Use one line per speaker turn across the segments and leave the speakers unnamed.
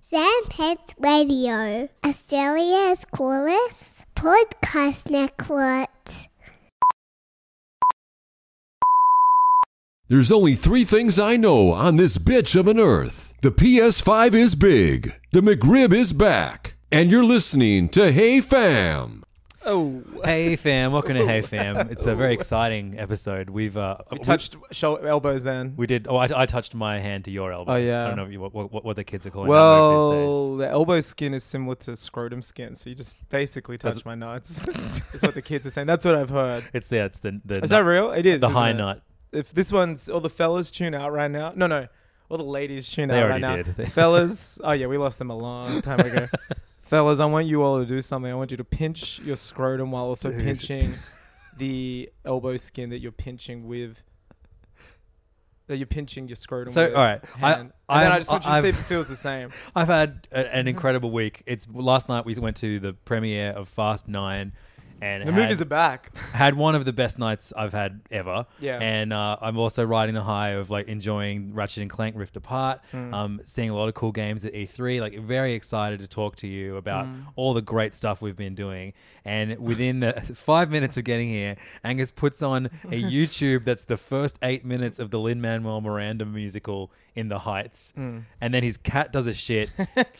Sam Pets Radio, Australia's coolest podcast network.
There's only three things I know on this bitch of an earth. The PS5 is big, the McRib is back, and you're listening to Hey Fam.
Oh,
Hey fam, welcome to Hey fam. It's a very exciting episode. We've uh,
we touched shoulder, elbows then.
We, we did. Oh, I, I touched my hand to your elbow.
Oh, yeah.
I don't know if you- what, what, what the kids are calling that move these days.
well, the elbow skin is similar to scrotum skin, so you just basically touch my nuts. That's what the kids are saying. That's what I've heard.
It's the it's the, the
Is that
nut-
real? It is
The high
isn't it?
nut.
If this one's all the fellas tune out right now. No, no, all the ladies tune
They
out
already
right now.
did.
fellas, oh yeah, we lost them a long time ago. fellas, I want you all to do something. I want you to pinch your scrotum while also pinching the elbow skin that you're pinching with. That you're pinching your scrotum.
So,
with
all right, I-
hand. and then
I'm-
I just want you to
I'm-
see if it feels the same.
I've had a,
Mm-hmm.
an incredible week. It's last night we went to the premiere of Fast Nine, and
The
had,
movies are back.
had one of the best nights I've had ever.
Yeah.
And uh, I'm also riding the high of like enjoying Ratchet and Clank Rift Apart,
Mm.
um, seeing a lot of cool games at E3. Like, very excited to talk to you about
Mm.
all the great stuff we've been doing. And within the five minutes of getting here, Angus puts on a YouTube that's the first eight minutes of the Lin Manuel Miranda musical in the Heights.
Mm.
And then his cat does a shit.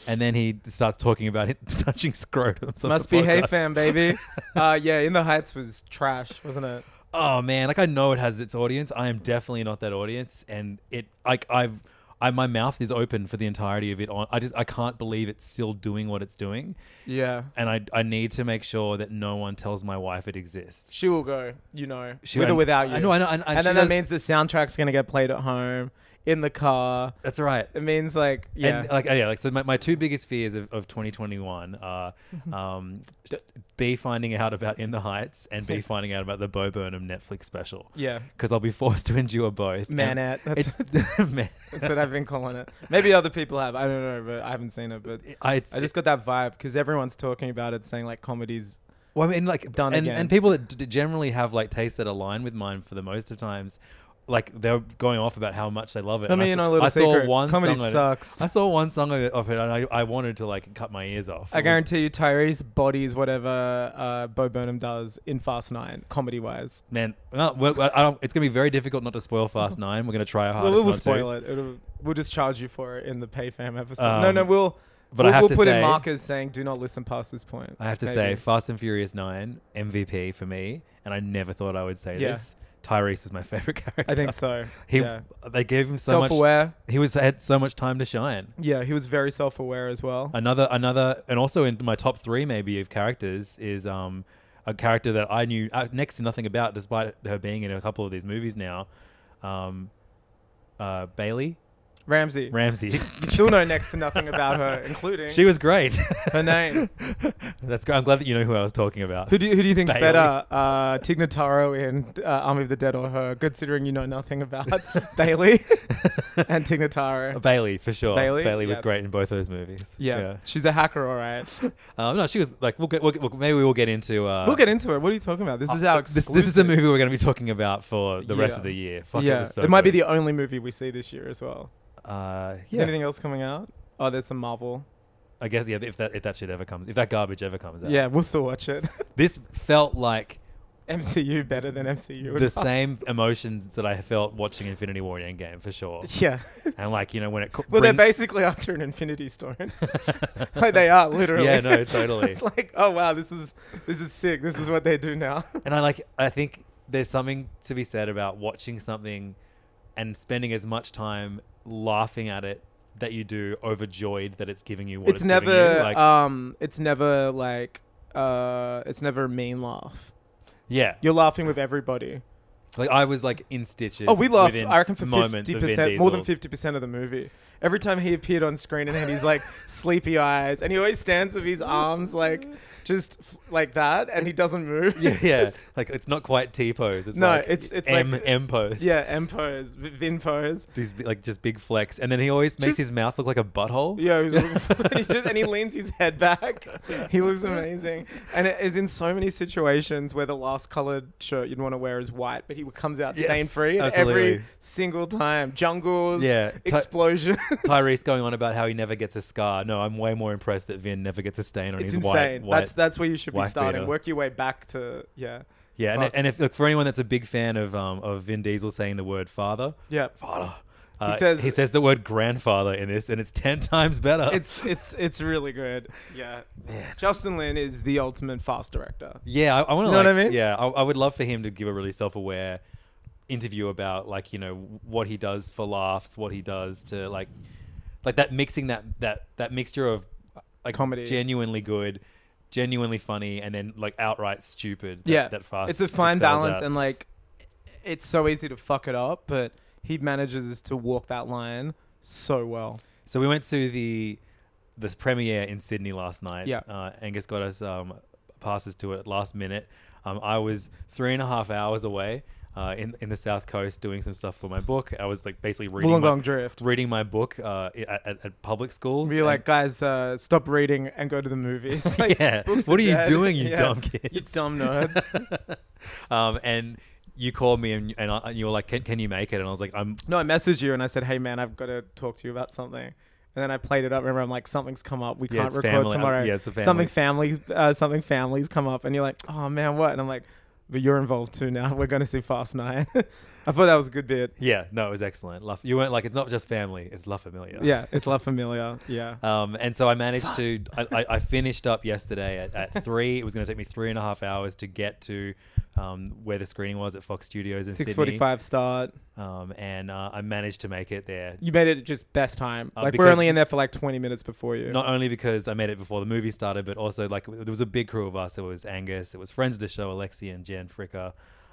and then he starts talking about it touching scrotums. on
Must
the
be Hey
podcast.
Fam, baby. uh, yeah, In the Heights was trash, wasn't it?
oh man, like I know it has its audience. I am definitely not that audience, and it like I've. I, my mouth is open for the entirety of it on I just I can't believe it's still doing what it's doing
Yeah.
and I, I need to make sure that no one tells my wife it exists.
She will go, you know,
She-
with
I-
or without you.
I know, I know, and- and
then
she
that
does-
means the soundtrack's gonna get played at home, in the car.
That's right.
It means like, yeah,
And like yeah, like so my, my two biggest fears of, of 2021 are
Mm-hmm.
um, B finding out about In the Heights and B finding out about the Bo Burnham Netflix special.
Yeah.
Because I'll be forced to endure both. And
Manette, that's-
it's, man,
that's what I've been calling it. Maybe other people have. I don't know, but I haven't seen it. But
I, it's,
I just got that vibe because everyone's talking about it, saying like comedies.
Well, I mean, like,
Done
and,
again.
and people that d- generally have like tastes that align with mine for the most of times, like they're going off about how much they love it.
Let
And I
me in
s-
on a little
I saw
secret.
one
Comedy
song on it-
sucks.
I saw one song of it, of it and I, I wanted to like cut my ears off. It
I
was-
guarantee you, Tyrese bodies whatever uh, Bo Burnham does in Fast Nine, comedy wise.
man, well, well, well, I don't, it's gonna be very difficult not to spoil Fast Nine. We're gonna try our
Well,
hardest.
we'll
not
spoil
to.
it. It'll, we'll just charge you for it in the PayFam episode.
Um,
no, no, we'll.
but I
we'll,
have
we'll
to
put in
say-
markers saying "Do not listen past this point."
I have to say,
maybe.
Fast and Furious Nine MVP for me, and I never thought I would say
Yeah.
this. Tyrese was my favorite character.
I think so.
He,
yeah.
they gave him so much.
self-aware.
He was had so much time to shine.
Yeah, he was very self-aware as well.
another another and also in my top three maybe of characters is um a character that I knew uh, next to nothing about despite her being in a couple of these movies now um uh Bailey
Ramsey.
Ramsey
you still know next to nothing about her, including
she was great
her name.
that's great I'm glad that you know who I was talking about
Who do you, who do you think's
Bailey.
better, uh, Tignataro in uh, Army of the Dead or her? Considering you know nothing about Bailey and Tignataro.
Bailey for sure
Bailey?
was
Yeah.
great in both those movies
Yeah, she's a hacker, all right.
um, no she was like we'll get we'll, we'll, maybe we'll get into uh
We'll get into it. What are you talking about? This is our
this, this is a
exclusive.
movie we're going to be talking about for the rest
Yeah.
of the year. Fuck,
yeah,
it was so
might be
good.
the only movie we see this year as well.
uh,
Is
yeah.
anything else coming out? Oh, there's some Marvel.
I guess yeah. If that if that shit ever comes, if that garbage ever comes out,
Yeah, we'll still watch it.
This felt like
MCU better than MCU.
the
does.
same emotions that I felt watching Infinity War and Endgame for sure.
Yeah.
And like you know when it co-
Well,
bring-
they're basically after an Infinity Stone. like they are literally.
Yeah, no, totally.
it's like, oh wow, this is this is sick. This is what they do now.
and I like I think there's something to be said about watching something and spending as much time laughing at it that you do overjoyed that it's giving you what it's,
it's
giving
never
you. Like,
um it's never like uh it's never a mean laugh.
yeah,
You're laughing with everybody.
like I was like in stitches.
Oh, we laughed.
within
I reckon for
moments
fifty
of Vin
percent, more than
Diesel.
fifty percent of the movie. Every time he appeared on screen and had his like sleepy eyes, and he always stands with his arms like just f- like that, and he doesn't move.
Yeah, yeah. like it's not quite T pose. It's
No,
like
it's- it's
M
like-
M pose.
yeah, M pose, V- Vin pose.
These bi- like just big flex, and then he always makes
Just-
his mouth look like a butthole.
Yeah, he looks- he just, and he leans his head back. He looks amazing, and it is in so many situations where the last coloured shirt you'd want to wear is white, but he comes out
Yes,
stain free and
absolutely.
every single time. Jungles,
Yeah, Ty-
explosions.
Tyrese going on about how he never gets a scar. No, I'm way more impressed that Vin never gets a stain on
it's
his white,
insane.
white.
that's that's where you should be
white
starting.
beater.
Work your way back to yeah.
yeah. And,
fuck.
and if look for anyone that's a big fan of um of Vin Diesel saying the word father,
Yeah.
father, uh, he says
says-
he says the word grandfather in this, and it's ten times better.
It's it's it's really good. Yeah. Justin Lin is the ultimate fast director.
yeah, I, I want to
You know what I mean?
Yeah, I, I would love for him to give a really self aware interview about like you know what he does for laughs, what he does to like like that mixing that that that mixture of like
Comedy.
genuinely good. Genuinely funny, and then like outright stupid. That,
yeah.
that fast.
It's a fine
excels
balance
at.
and like it's so easy to fuck it up, but he manages to walk that line so well.
So we went to the this premiere in Sydney last night.
Yeah.
Uh, Angus got us um, passes to it last minute. Um, I was three and a half hours away uh, in in the South Coast doing some stuff for my book. I was like basically reading my,
Wollongong Drift.
reading my book uh, i- at, at, at public schools.
We're
and-
like, guys, uh, stop reading and go to the movies. Like,
Yeah.
books
What are you
dead.
doing, you dumb
You
kids?
dumb nerds.
um, and you called me and and, I, and you were like, can, can you make it? And I was like, I'm
no, I messaged you and I said, hey man, I've got to talk to you about something. And then I played it up. Remember, I'm like, something's come up. We
Yeah,
can't
it's
record
family- uh,
tomorrow.
yeah, it's a family.
Something family, uh, something families come up, and you're like, oh man, what? And I'm like, but you're involved too now. We're going to see Fast Nine. I thought that was a good bit.
yeah. No, it was excellent. Love, you weren't like it's not just family. It's La Familia.
Yeah, it's La Familia. Yeah.
Um, and so I managed to. I, I, I finished up yesterday at, at three. It was going to take me three and a half hours to get to um, where the screening was at Fox Studios in
Six forty-five start.
Sydney. Um, and uh, I managed to make it there.
You made it just best time.
Uh,
like we're
because-
only in there for like twenty minutes before you.
Not only because I made it before the movie started, but also like there was a big crew of us. It was Angus, it was friends of the show, Alexi and Jan Fricker.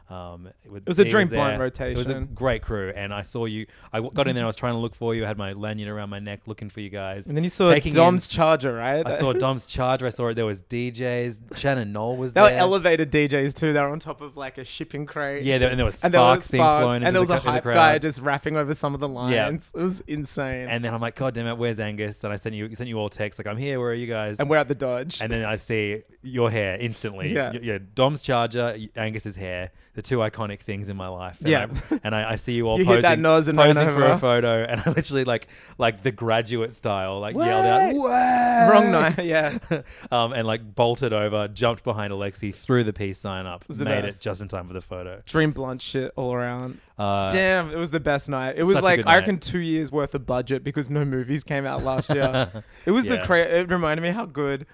Um, it,
was a
Dee
dream blind
there. It was a
rotation.
great crew, and I saw you. I w- got in there. I was trying to look for you. I had my lanyard around my neck, looking for you guys.
and then you saw
taking in-
Dom's charger, right?
I saw Dom's charger. I saw it. There was DJs. Shannon Knoll was
they
there.
were elevated DJs too. They're on top of like a shipping crate.
Yeah, there, and there was
And there was
sparks being
sparks,
flown into
and there was
the,
a
cr- in the
hype
crowd.
guy just rapping over some of the lines. It was insane.
and then I'm like, God damn it, where's Angus? And I sent you sent you all texts like, I'm here. Where are you guys?
and we're at the Dodge.
And then I see your hair instantly.
Yeah.
Y- yeah. Dom's charger, y- Angus's hair, the two iconic things in my life. And
Yeah.
I, and I, I see you all
You
posing,
hit that nose and
posing
ran
for a
over.
photo, and I literally like like the graduate style, like yelled out, "What?"
Wrong night. Yeah.
um, and like bolted over, jumped behind Alexi, threw the peace sign up,
the
made it
best.
just in time for the photo.
Dream blunt shit all around.
Uh,
Damn, it was the best night. It was
Such a
like
good
I reckon
night.
two years worth of budget because no movies came out last year. it was
Yeah.
the cra- it reminded me how good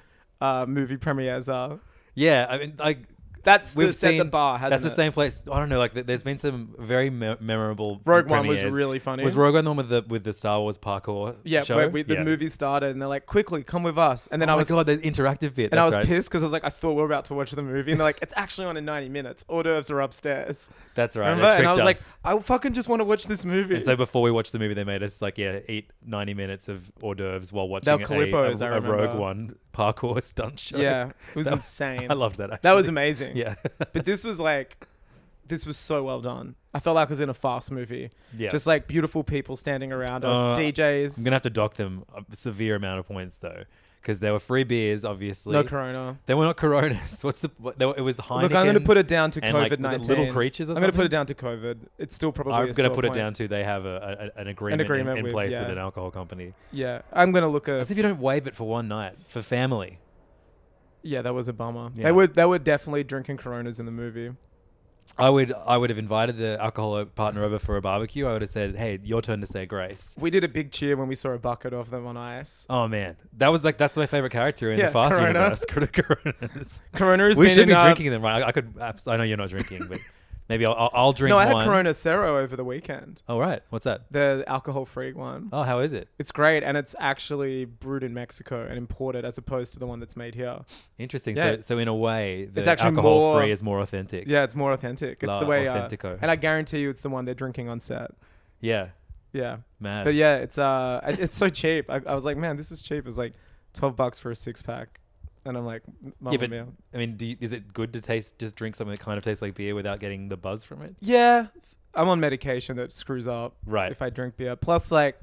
uh, movie premieres are.
Yeah, I mean, like
That's the,
we've
set
seen
the bar. Hasn't
that's the
it?
same place. I don't know. Like, th- there's been some very me- memorable.
Rogue One was
premieres.
really funny.
Was Rogue One the one with the with the Star Wars parkour?
Yeah,
show?
where we, the
Yeah.
movie started and they're like, "Quickly, come with us!" And then
oh
I was
my god, the interactive bit.
and I
that's
was
right.
pissed because I was like, "I thought we were about to watch the movie," and they're like, "It's actually on in 90 minutes. Hors d'oeuvres are upstairs."
That's right.
Remember?
They
And I was
tricked
like,
us.
"I fucking just want to watch this movie."
And so before we watched the movie, they made us like yeah, eat ninety minutes of hors d'oeuvres while watching
They're
a,
Calippos,
a-
I
a Rogue
remember.
One parkour stunt show.
yeah, it was
That-
insane.
I loved that. Actually.
That was amazing.
Yeah,
but this was like, this was so well done. I felt like I was in a fast movie.
yeah.
Just like beautiful people standing around
Uh,
us,
I'm
DJs,
gonna have to dock them a severe amount of points though, because there were free beers, obviously.
no Corona.
They were not Coronas. What's the? What, they were, it was Heineken.
Look, I'm going to put it down to
and, like, was
COVID
it
19.
Little Creatures or
I'm going to
something?
put it down to COVID. It's still probably.
I'm
a
going to
sore
put it
point.
down to they have a, a, a- an agreement, in-
agreement
in,
with-
place
yeah. Uh,
with an alcohol company.
Yeah, I'm going to look at.
As if you don't waive it for one night for family.
Yeah, that was a bummer.
Yeah.
They were they were definitely drinking Coronas in the movie.
I would I would have invited the alcoholic partner over for a barbecue. I would have said, "Hey, your turn to say grace."
We did a big cheer when we saw a bucket of them on ice.
Oh man, that was like that's my favorite character in
Yeah,
the Fast
Corona.
universe. Coronas.
Corona is.
we
been
should be
in, uh,
drinking them, right? I, I could. abs- I know you're not drinking, but maybe I'll, I'll, I'll drink.
No, I had
one.
Corona Cero over the weekend.
Oh right, what's that?
The alcohol-free one.
Oh, how is it?
It's great, and it's actually brewed in Mexico and imported, as opposed to the one that's made here.
Interesting.
Yeah.
So, so in a way, the
It's actually
alcohol
more-
free is more authentic.
Yeah, it's more authentic. It's
La
the way. uh,
Authentico.
and I guarantee you, it's the one they're drinking on set.
yeah,
Yeah,
mad.
but yeah, it's uh, it- it's so cheap. I, I was like, man, this is cheap. It's like twelve bucks for a six pack, and I'm like, Mamma
Yeah, but
mia.
I mean, do you, is it good to taste just drink something that kind of tastes like beer without getting the buzz from it?
Yeah, I'm on medication that screws up.
Right.
If I drink beer, plus like,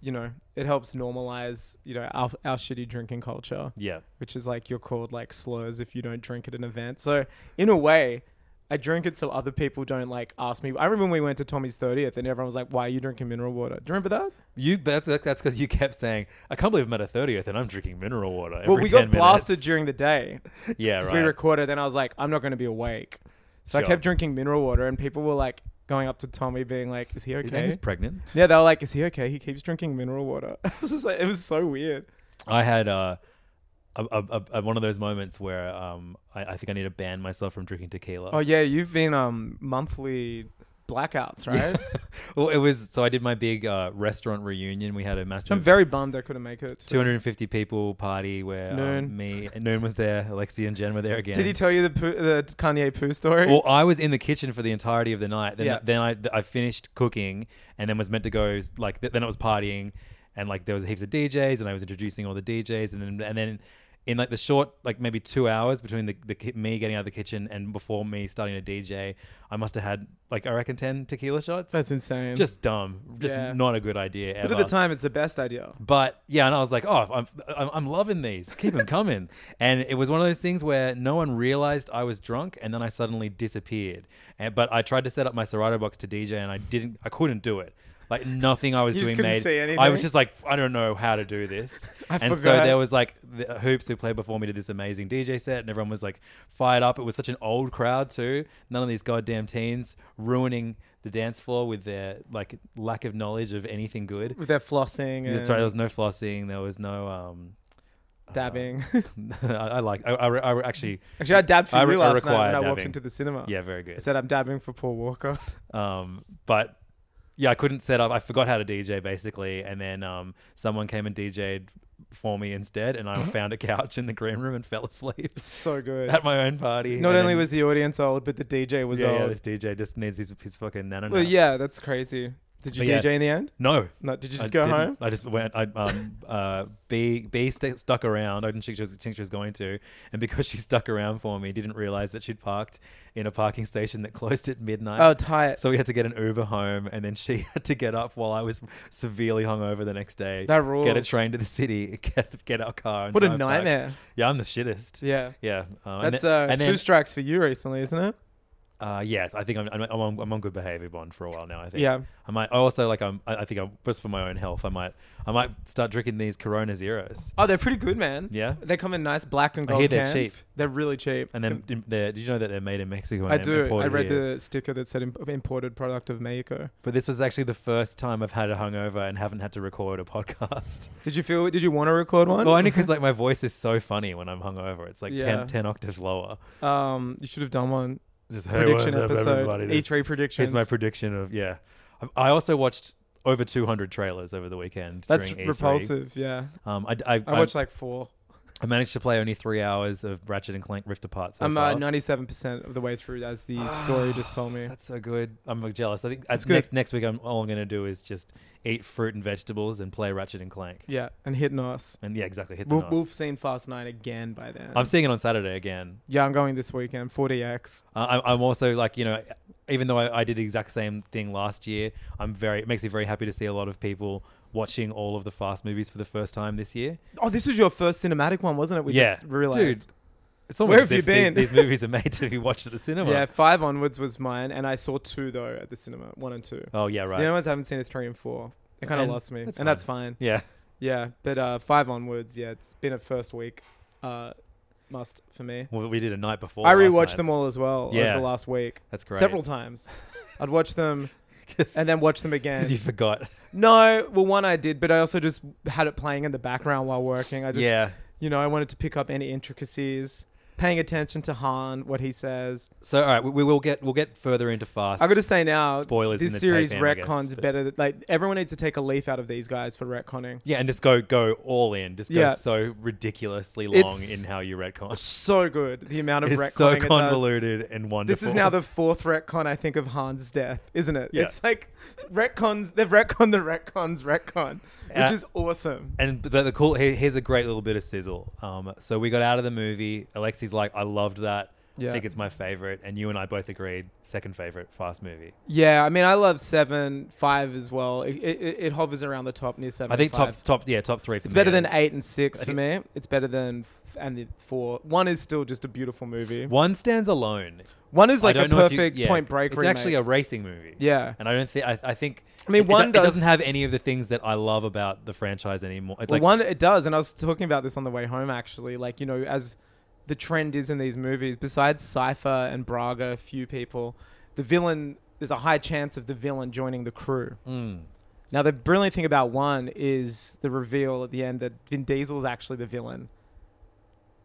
you know, it helps normalize you know our our shitty drinking culture,
Yeah,
which is like you're called like slurs if you don't drink at an event. So in a way. I drink it so other people don't like ask me. I remember when we went to Tommy's 30th and everyone was like, Why are you drinking mineral water? Do you remember that?
you. That's that's because you kept saying, "I can't believe I'm at a thirtieth and I'm drinking mineral water." Every
Well,
10
we got
minutes.
blasted during the day.
Yeah,
because
right.
we recorded. Then I was like, I'm not going to be awake. So I
Sure.
kept drinking mineral water, and people were like going up to Tommy, being like, "Is he
His
okay?"
name is pregnant.
yeah, they were like, "Is he okay?" He keeps drinking mineral water. It's just like- it was so weird.
I had uh, a, a, a, a one of those moments where um, I, I think I need to ban myself from drinking tequila.
Oh yeah, you've been um monthly blackouts, right?
well, it was so I did my big uh, restaurant reunion. We had a massive.
I'm very bummed I couldn't make it. to-
250 people party where
Noon.
Um, me Noon was there, Alexi and Jen were there again.
Did he tell you the poo, the Kanye poo story?
Well, I was in the kitchen for the entirety of the night. Then,
Yeah.
then I, I finished cooking and then was meant to go like th- then I was partying and like there was heaps of DJs and I was introducing all the DJs and then, and then in like the short like maybe two hours between the, the ki- me getting out of the kitchen and before me starting to DJ, I must have had like I reckon ten tequila shots.
That's insane.
just dumb, just
Yeah.
not a good idea. Ever.
but at the time, it's the best idea.
But yeah, and I was like, oh, I'm, I'm, I'm loving these. Keep them coming. and it was one of those things where no one realized I was drunk, and then I suddenly disappeared. And, but I tried to set up my Serato box to DJ, and I didn't. I couldn't do it. Like nothing I was
You just
doing
couldn't
made.
see anything?
I was just like, I don't know how to do this.
I
and
forgot.
so there was like the hoops who played before me did this amazing DJ set, and everyone was like fired up. It was such an old crowd too. None of these goddamn teens ruining the dance floor with their like lack of knowledge of anything good.
With their flossing and
That's right. There was no flossing. There was no. Um,
dabbing.
I, I like. I, I, I actually.
Actually, I dabbed for
I
you
re- I
last night when
require
I walked
dabbing.
into the cinema.
Yeah, very
I
good.
said I'm dabbing for Paul Walker.
Um, but yeah, I couldn't set up. I forgot how to DJ basically, and then um, someone came and DJ'd for me instead, and I found a couch in the green room and fell asleep
so good.
at my own party.
Not
and
only
then-
was the audience old, but the DJ was
yeah, yeah,
old.
this DJ just needs his, his fucking nano.
well,
nap.
yeah, that's crazy. Did you
But yeah.
DJ in the end?
No.
No, did you
I
just go
didn't.
home?
I just went. I um uh B B st- stuck around. I didn't think she, was, think she was going to, and because she stuck around for me, didn't realize that she'd parked in a parking station that closed at midnight.
Oh, tight.
So we had to get an Uber home, and then she had to get up while I was severely hungover the next day.
That
Get a
rules.
train to the city, get, get our car. And
What a
drive back.
nightmare.
Yeah, I'm the shittest.
Yeah.
yeah. Uh,
That's
and
uh,
then, and
two
then,
strikes for you recently, isn't it?
uh, yeah, I think I'm, I'm, I'm, on, I'm on good behavior bond for a while now. I think.
Yeah.
I might. I also like. I'm. I I think I'm just for my own health. I might. I might start drinking these Corona Zeros.
Oh, they're pretty good, man.
Yeah.
They come in nice black and
I
gold
hear they're
cans.
cheap.
They're really cheap.
And then did did you know that they're made in Mexico? And
I do. I
imported
read
here?
the sticker that said im- imported product of Mexico.
But this was actually the first time I've had a hungover and haven't had to record a podcast.
Did you feel? Did you want to record one?
well, only because like my voice is so funny when I'm hungover. It's like
Yeah.
10, 10 octaves lower.
um, you should have done one
Just hey,
prediction
what's up,
episode.
everybody?
E
This-
three predictions.
Here's my prediction of yeah. I- I also watched over 200 trailers over the weekend.
That's
during E3.
repulsive. Yeah.
Um, I, I, I,
I watched like four.
I managed to play only three hours of Ratchet and Clank Rift Apart so
I'm
far.
uh, 97% of the way through, as the story just told me.
That's so good. I'm jealous. I think as
good.
next next week, I'm all I'm gonna do is just eat fruit and vegetables and play Ratchet and Clank.
Yeah, and hit Nos.
And yeah, exactly. Hit the
We'll,
we
we've seen Fast 9 again by then.
I'm seeing it on Saturday again.
yeah, I'm going this weekend, 40X.
I, I'm- I'm also like you know, even though I, I did the exact same thing last year, I'm very. It makes me very happy to see a lot of people watching all of the Fast movies for the first time this year.
Oh, this was your first cinematic one, wasn't it? We
yeah,
just realized.
dude. It's almost
Where
as
have you
if these-
been?
These, movies are made to be watched at the cinema.
Yeah, five onwards was mine, and I saw two though at the cinema, one and two.
Oh yeah,
The other
right.
ones I haven't seen are three and four. It kind of
And
lost me,
that's fine.
and that's fine.
Yeah.
Yeah, but uh, five onwards, yeah, it's been a first week. Uh, must for me.
Well, we did a night before.
I
last
rewatched
night.
them all as well
Yeah.
over the last week.
That's great.
Several times. I'd watch them
'Cause-
and then watch them again.
because you forgot.
no, well, one I did, but I also just had it playing in the background while working. I just,
yeah.
you know, I wanted to pick up any intricacies, paying attention to Han, what he says.
So all right, we, we will get we'll get further into fast.
I gotta say now,
Spoilers in
this
the
series
tape, I guess,
retcons
but-
better. th- Like everyone needs to take a leaf out of these guys for retconning.
yeah, and just go go all in. Just go
Yeah.
so ridiculously long
It's-
in how you retcon.
So good, the amount of retconning.
It's so
it does.
convoluted and wonderful.
This is now the fourth retcon I think of Han's death, isn't it?
Yeah.
It's like retcons. They've retconned the retcons retcon, which
Uh,
is awesome.
And the, the cool here, here's a great little bit of sizzle. Um, so we got out of the movie. Alexi's like, I loved that. I
Yeah.
think it's my favorite. And you and I both agreed, second favorite Fast movie.
Yeah, I mean, I love seven, five as well. It, it, it- it hovers around the top near seven.
I think
and five.
top top yeah top three. For
It's
me.
better than eight and six
I
for me.
think-
It's better than f- and the four. One is still just a beautiful movie.
One stands alone.
One is like
I
a
don't know if you-
perfect
yeah,
Point Break.
It's
remake.
actually a racing movie.
Yeah.
and I don't think I, I think.
I mean,
it- it
one
do- it doesn't
does-
have any of the things that I love about the franchise anymore. It's
Well,
like
one it does, and I was talking about this on the way home actually. Like you know, as the trend is in these movies, besides Cipher and Braga, a few people, the villain there's a high chance of the villain joining the crew.
Mm.
Now the brilliant thing about one is the reveal at the end that Vin Diesel's actually the villain.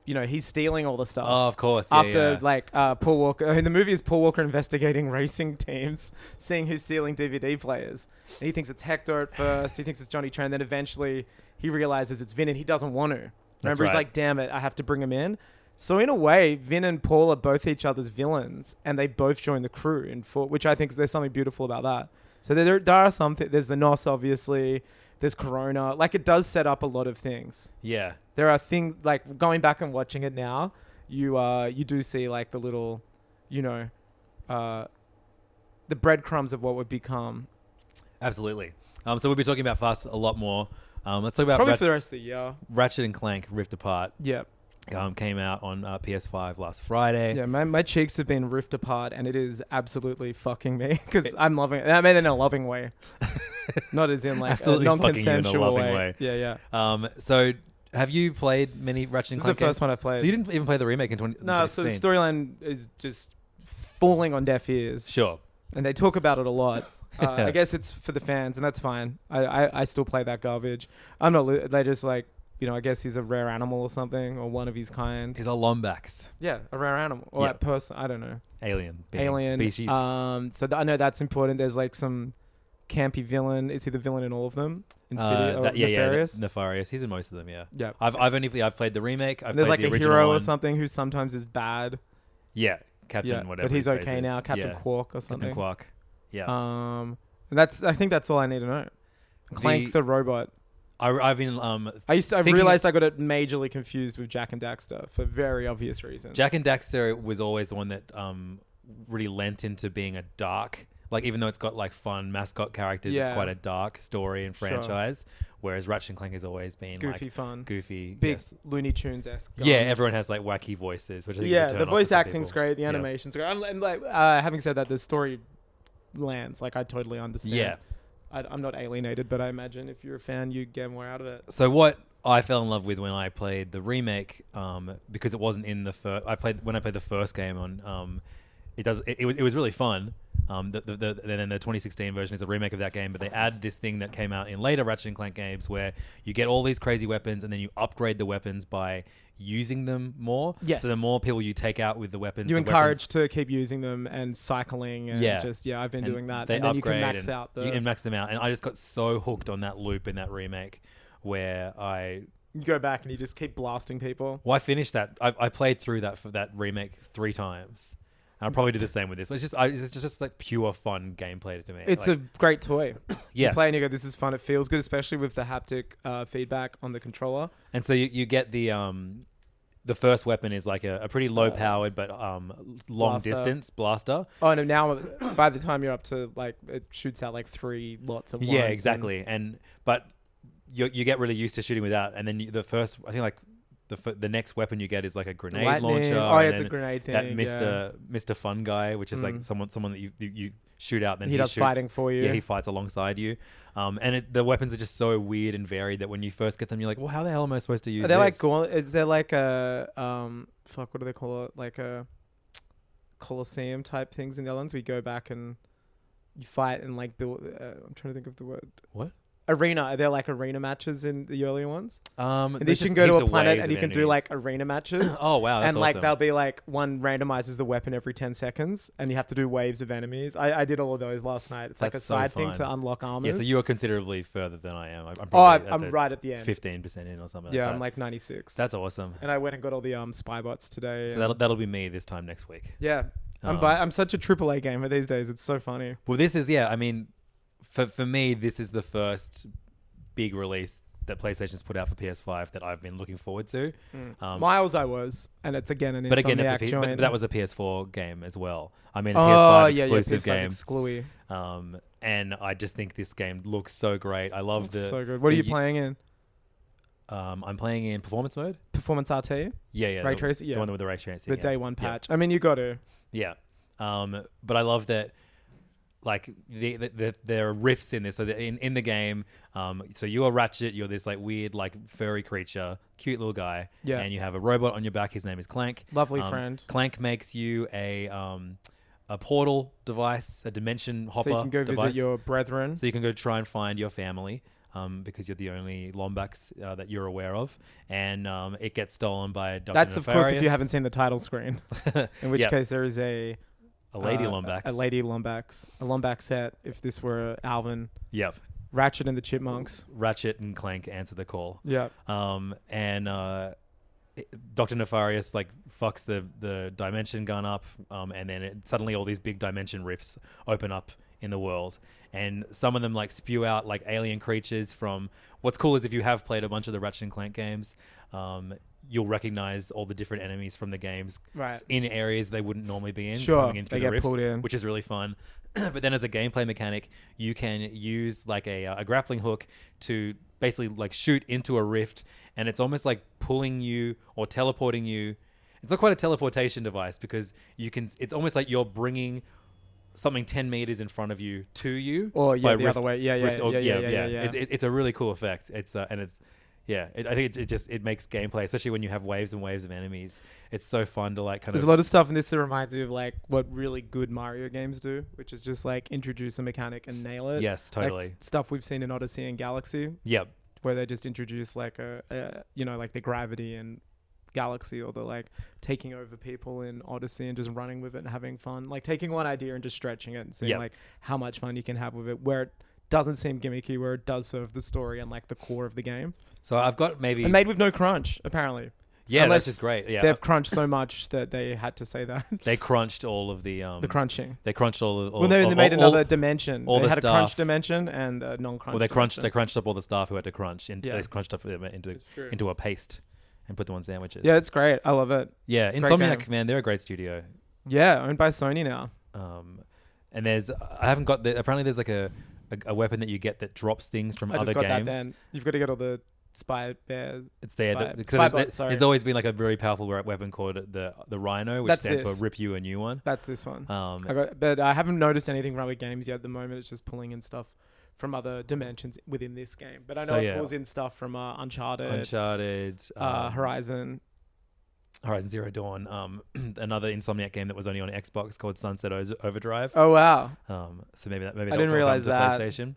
You know, he's stealing all the stuff.
oh, of course. yeah,
After
yeah.
like uh, Paul Walker, I mean, the movie is Paul Walker investigating racing teams, seeing who's stealing DVD players, and he thinks it's Hector at first. he thinks it's Johnny Tran. Then eventually he realizes it's Vin, and he doesn't want to. Remember,
That's
he's
right.
like, "Damn it, I have to bring him in." So in a way, Vin and Paul are both each other's villains, and they both join the crew in for which I think there's something beautiful about that. So there, there are some. Th- there's the Nos, obviously. There's Corona. Like it does set up a lot of things
yeah,
there are things like going back and watching it now you uh you do see like the little you know uh the breadcrumbs of what would become
absolutely. Um, so we'll be talking about Fast a lot more. Um, let's talk about
probably
Rat-
for the rest of the year
Ratchet and Clank Rift Apart.
yeah
Um, came out on uh, PS5 last Friday.
yeah my, my cheeks have been ripped apart and it is absolutely fucking me because i'm loving it i mean in a loving way not as in like
Absolutely
a
fucking you in a
non-consensual
loving
way.
way.
yeah yeah
Um, so have you played many Ratchet and
This is the
Clank? games?
first one I've played.
So you didn't even play the remake in 20,
no so the
2016.
storyline is just falling on deaf ears
Sure.
and they talk about it a lot. Uh,
Yeah.
I guess it's for the fans, and that's fine. I, I, I still play that garbage. I'm not. Li- they just like you know. I guess he's a rare animal or something, or one of his kind.
Is a Lombax
yeah, a rare animal or
Yeah.
that person. I don't know.
alien being,
Alien
species?
Um. So th- I know that's important. There's like some campy villain. Is he the villain in all of them? In
Uh,
City,
that- yeah,
Nefarious.
yeah, Nefarious. He's in most of them. Yeah,
Yeah.
I've, I've only played, I've played the remake. I've
And there's
played
like
the
a
original
hero
one.
or something who sometimes is bad.
Yeah, Captain
yeah,
whatever.
but he's
his face
okay
is.
now. Captain
yeah.
Quark or
Captain
something.
Quark. Yeah,
Um. and that's. I think that's all I need to know. Clank's a robot.
I, I've been um.
I used to, I
thinking-
realized I got it majorly confused with Jack and Daxter for very obvious reasons.
Jack and Daxter was always the one that um really lent into being a dark. Like even though it's got like fun mascot characters, it's
Yeah.
quite a dark story and franchise. Whereas Ratchet and Clank has always been
goofy
like
fun,
goofy,
big
yes.
Looney Tunes esque.
Yeah, everyone has like wacky voices, which I think
Yeah,
is a
the
turn off for
voice
some
acting's
people.
great, the
Yeah.
animation's great, and, and like uh, having said that, the story lands. Like I totally understand.
Yeah.
I, I'm not alienated, but I imagine if you're a fan, you get more out of it.
So what I fell in love with when I played the remake, um, because it wasn't in the first. I played when I played the first game on. Um, it does. It, it was. It was really fun. Um, the, the, the, and then the 2016 version is a remake of that game, but they add this thing that came out in later Ratchet and Clank games, where you get all these crazy weapons, and then you upgrade the weapons by using them more.
Yes.
So the more people you take out with the weapons,
You
the
encourage
weapons-
to keep using them and cycling and
Yeah.
just yeah, I've been
and
doing that.
They
and then you can
upgrade
max
and
out the
you can max them out, and I just got so hooked on that loop in that remake, where I
you go back and you just keep blasting people.
Well, I finished that. I, I played through that for that remake three times. And I'll probably do the same with this. It's just, I, it's just, just like pure fun gameplay to me.
It's
like,
a great toy.
Yeah.
You play and you go, this is fun. It feels good, especially with the haptic uh, feedback on the controller.
and so you, you get the um, the first weapon is like a, a pretty low powered but um, long
Blaster.
distance blaster.
Oh, and now by the time you're up to like, it shoots out like three lots of
Yeah, exactly. And but you you get really used to shooting without, and then you, the first I think like the f- the next weapon you get is like a grenade
Lightning.
launcher.
Oh, yeah,
and
it's a
then
grenade
That
thing, Mm.
Mister Mister Fun guy, which is like someone someone that you you, you shoot out, then
He
he,
does
shoots.
fighting for you.
Yeah, he fights alongside you. Um, and it, the weapons are just so weird and varied that when you first get them, you're like, well, how the hell am I supposed to use?
Are they like
this?
gaunt- Is there like a um fuck? What do they call it? Like a coliseum type things in the islands. We go back and you fight and like build. Uh, I'm trying to think of the word.
What?
Arena. Are there like arena matches in the earlier ones?
Um,
And then
there's
you
just
can go
heaps
to a
of
planet
ways of
and you can do
enemies.
like arena matches.
Oh wow, that's
and like
awesome.
they'll be like one randomizes the weapon every 10 seconds and you have to do waves of enemies i, I did all of those last night it's like a
That's so
side thing
fun.
to unlock armors
yeah, so you are considerably further than I am. I- I'm
oh
probably
I, i'm right at the end
fifteen percent in or something.
yeah
like
i'm
that.
like 96
that's awesome.
and i went and got all the um spy bots today
So
and-
that'll that'll be me this time next week.
yeah I'm,
Um,
vi- I'm such a triple A gamer these days. It's so funny.
Well, this is yeah. I mean, for for me, this is the first big release that PlayStation's put out for PS5 that I've been looking forward to.
Hmm.
Um,
Miles, I was, and it's again an
but again, that's a
Insomniac
P- but
joint.
that was a PS4 game as well. I mean, a
oh
PS5
yeah, yeah,
exclusive
PS5
game.
exclusive.
um, and I just think this game looks so great. I love the.
So good. What are
the
you
u-
playing in?
Um, I'm playing in performance mode.
Performance RT,
Yeah, yeah.
Ray
the,
tracing? Yeah.
The one with the ray tracing.
the
yeah.
day one
Yeah.
patch. I mean, you got to.
Yeah. Um, but I love that, like, the, the, the, there are riffs in this. So the, in, in the game, um, so you are Ratchet, you're this, like, weird, like, furry creature, cute little guy.
Yeah.
And you have a robot on your back. His name is Clank.
Lovely
Um,
friend.
Clank makes you a. Um, a portal device, a dimension hopper.
So you can go
device.
visit your brethren.
So you can go try and find your family um, because you're the only Lombax uh, that you're aware of, and um, it gets stolen by Dr.
That's of course if you
Nefarious,
haven't seen the title screen. In which
Yeah.
case there is a
a lady
uh,
Lombax.
a lady Lombax, a Lombax set. If this were Alvin,
Yep.
Ratchet and the Chipmunks.
Ratchet and Clank answer the call.
Yeah,
Um, and uh, it- Dr. Nefarious like fucks the the dimension gun up, um, and then it, suddenly all these big dimension rifts open up in the world, and some of them like spew out like alien creatures from. What's cool is if you have played a bunch of the Ratchet and Clank games. Um, You'll recognize all the different enemies from the games
Right.
s- in areas they wouldn't normally be in,
Sure,
coming in
they
through the
get
rifts,
pulled in.
which is really fun. but then, as a gameplay mechanic, you can use like a, uh, a grappling hook to basically like shoot into a rift, and it's almost like pulling you or teleporting you. It's not quite a teleportation device because you can. It's almost like you're bringing something ten meters in front of you to you.
Or, yeah,
by
the other way. Yeah, yeah,
or-
yeah, yeah, yeah, yeah, yeah.
It's, it, it's a really cool effect. It's uh, and it's. Yeah, it, I think it, it just it makes gameplay, especially when you have waves and waves of enemies. It's so fun to like kind
there's
of
a lot of stuff in this that reminds me of like what really good Mario games do, which is just like introduce a mechanic and nail it.
Yes,
Like,
totally.
s- stuff we've seen in Odyssey and Galaxy,
yeah,
where they just introduce like a, a you know like the gravity and galaxy or the like taking over people in odyssey and just running with it and having fun like taking one idea and just stretching it and seeing
Yeah.
like how much fun you can have with it where it doesn't seem gimmicky where it does serve the story and like the core of the game
So I've got maybe
and made with no crunch apparently
yeah,
unless
that's just great. Yeah,
they've crunched so much that they had to say that
they crunched all of the um
the crunching
They crunched all. of all
well, they,
all,
they made
all-
another
all-
dimension.
all
they
the
had a crunch
staff.
dimension and a non-crunch.
Well, they crunched. They
dimension.
crunched up all the staff who had to crunch. And
Yeah.
They crunched up them into into a paste and put them on sandwiches.
Yeah, it's great. I love it.
yeah.
great
Insomniac,
game.
man, they're a great studio.
Yeah, owned by Sony now.
Um, and there's I haven't got the apparently there's like a, a a weapon that you get that drops things from
I
other
just got
games.
that then. You've got to get all the spy bears.
It's there.
Spy,
that- because
spy
there's-
bot,
there's,
sorry.
always been like a very powerful we- weapon called the the Rhino, which
That's
stands
this.
for rip you a new one.
That's this one.
Um,
I got, but I haven't noticed anything from other games yet at the moment. It's just pulling in stuff from other dimensions within this game. But I know
So,
it
yeah.
pulls in stuff from uh, Uncharted,
Uncharted,
uh,
um,
Horizon.
Horizon Zero Dawn, um, another Insomniac game that was only on Xbox called Sunset Oz- Overdrive.
Oh wow!
Um, so maybe that maybe
I
that
didn't
will
realize
come to
that.
PlayStation.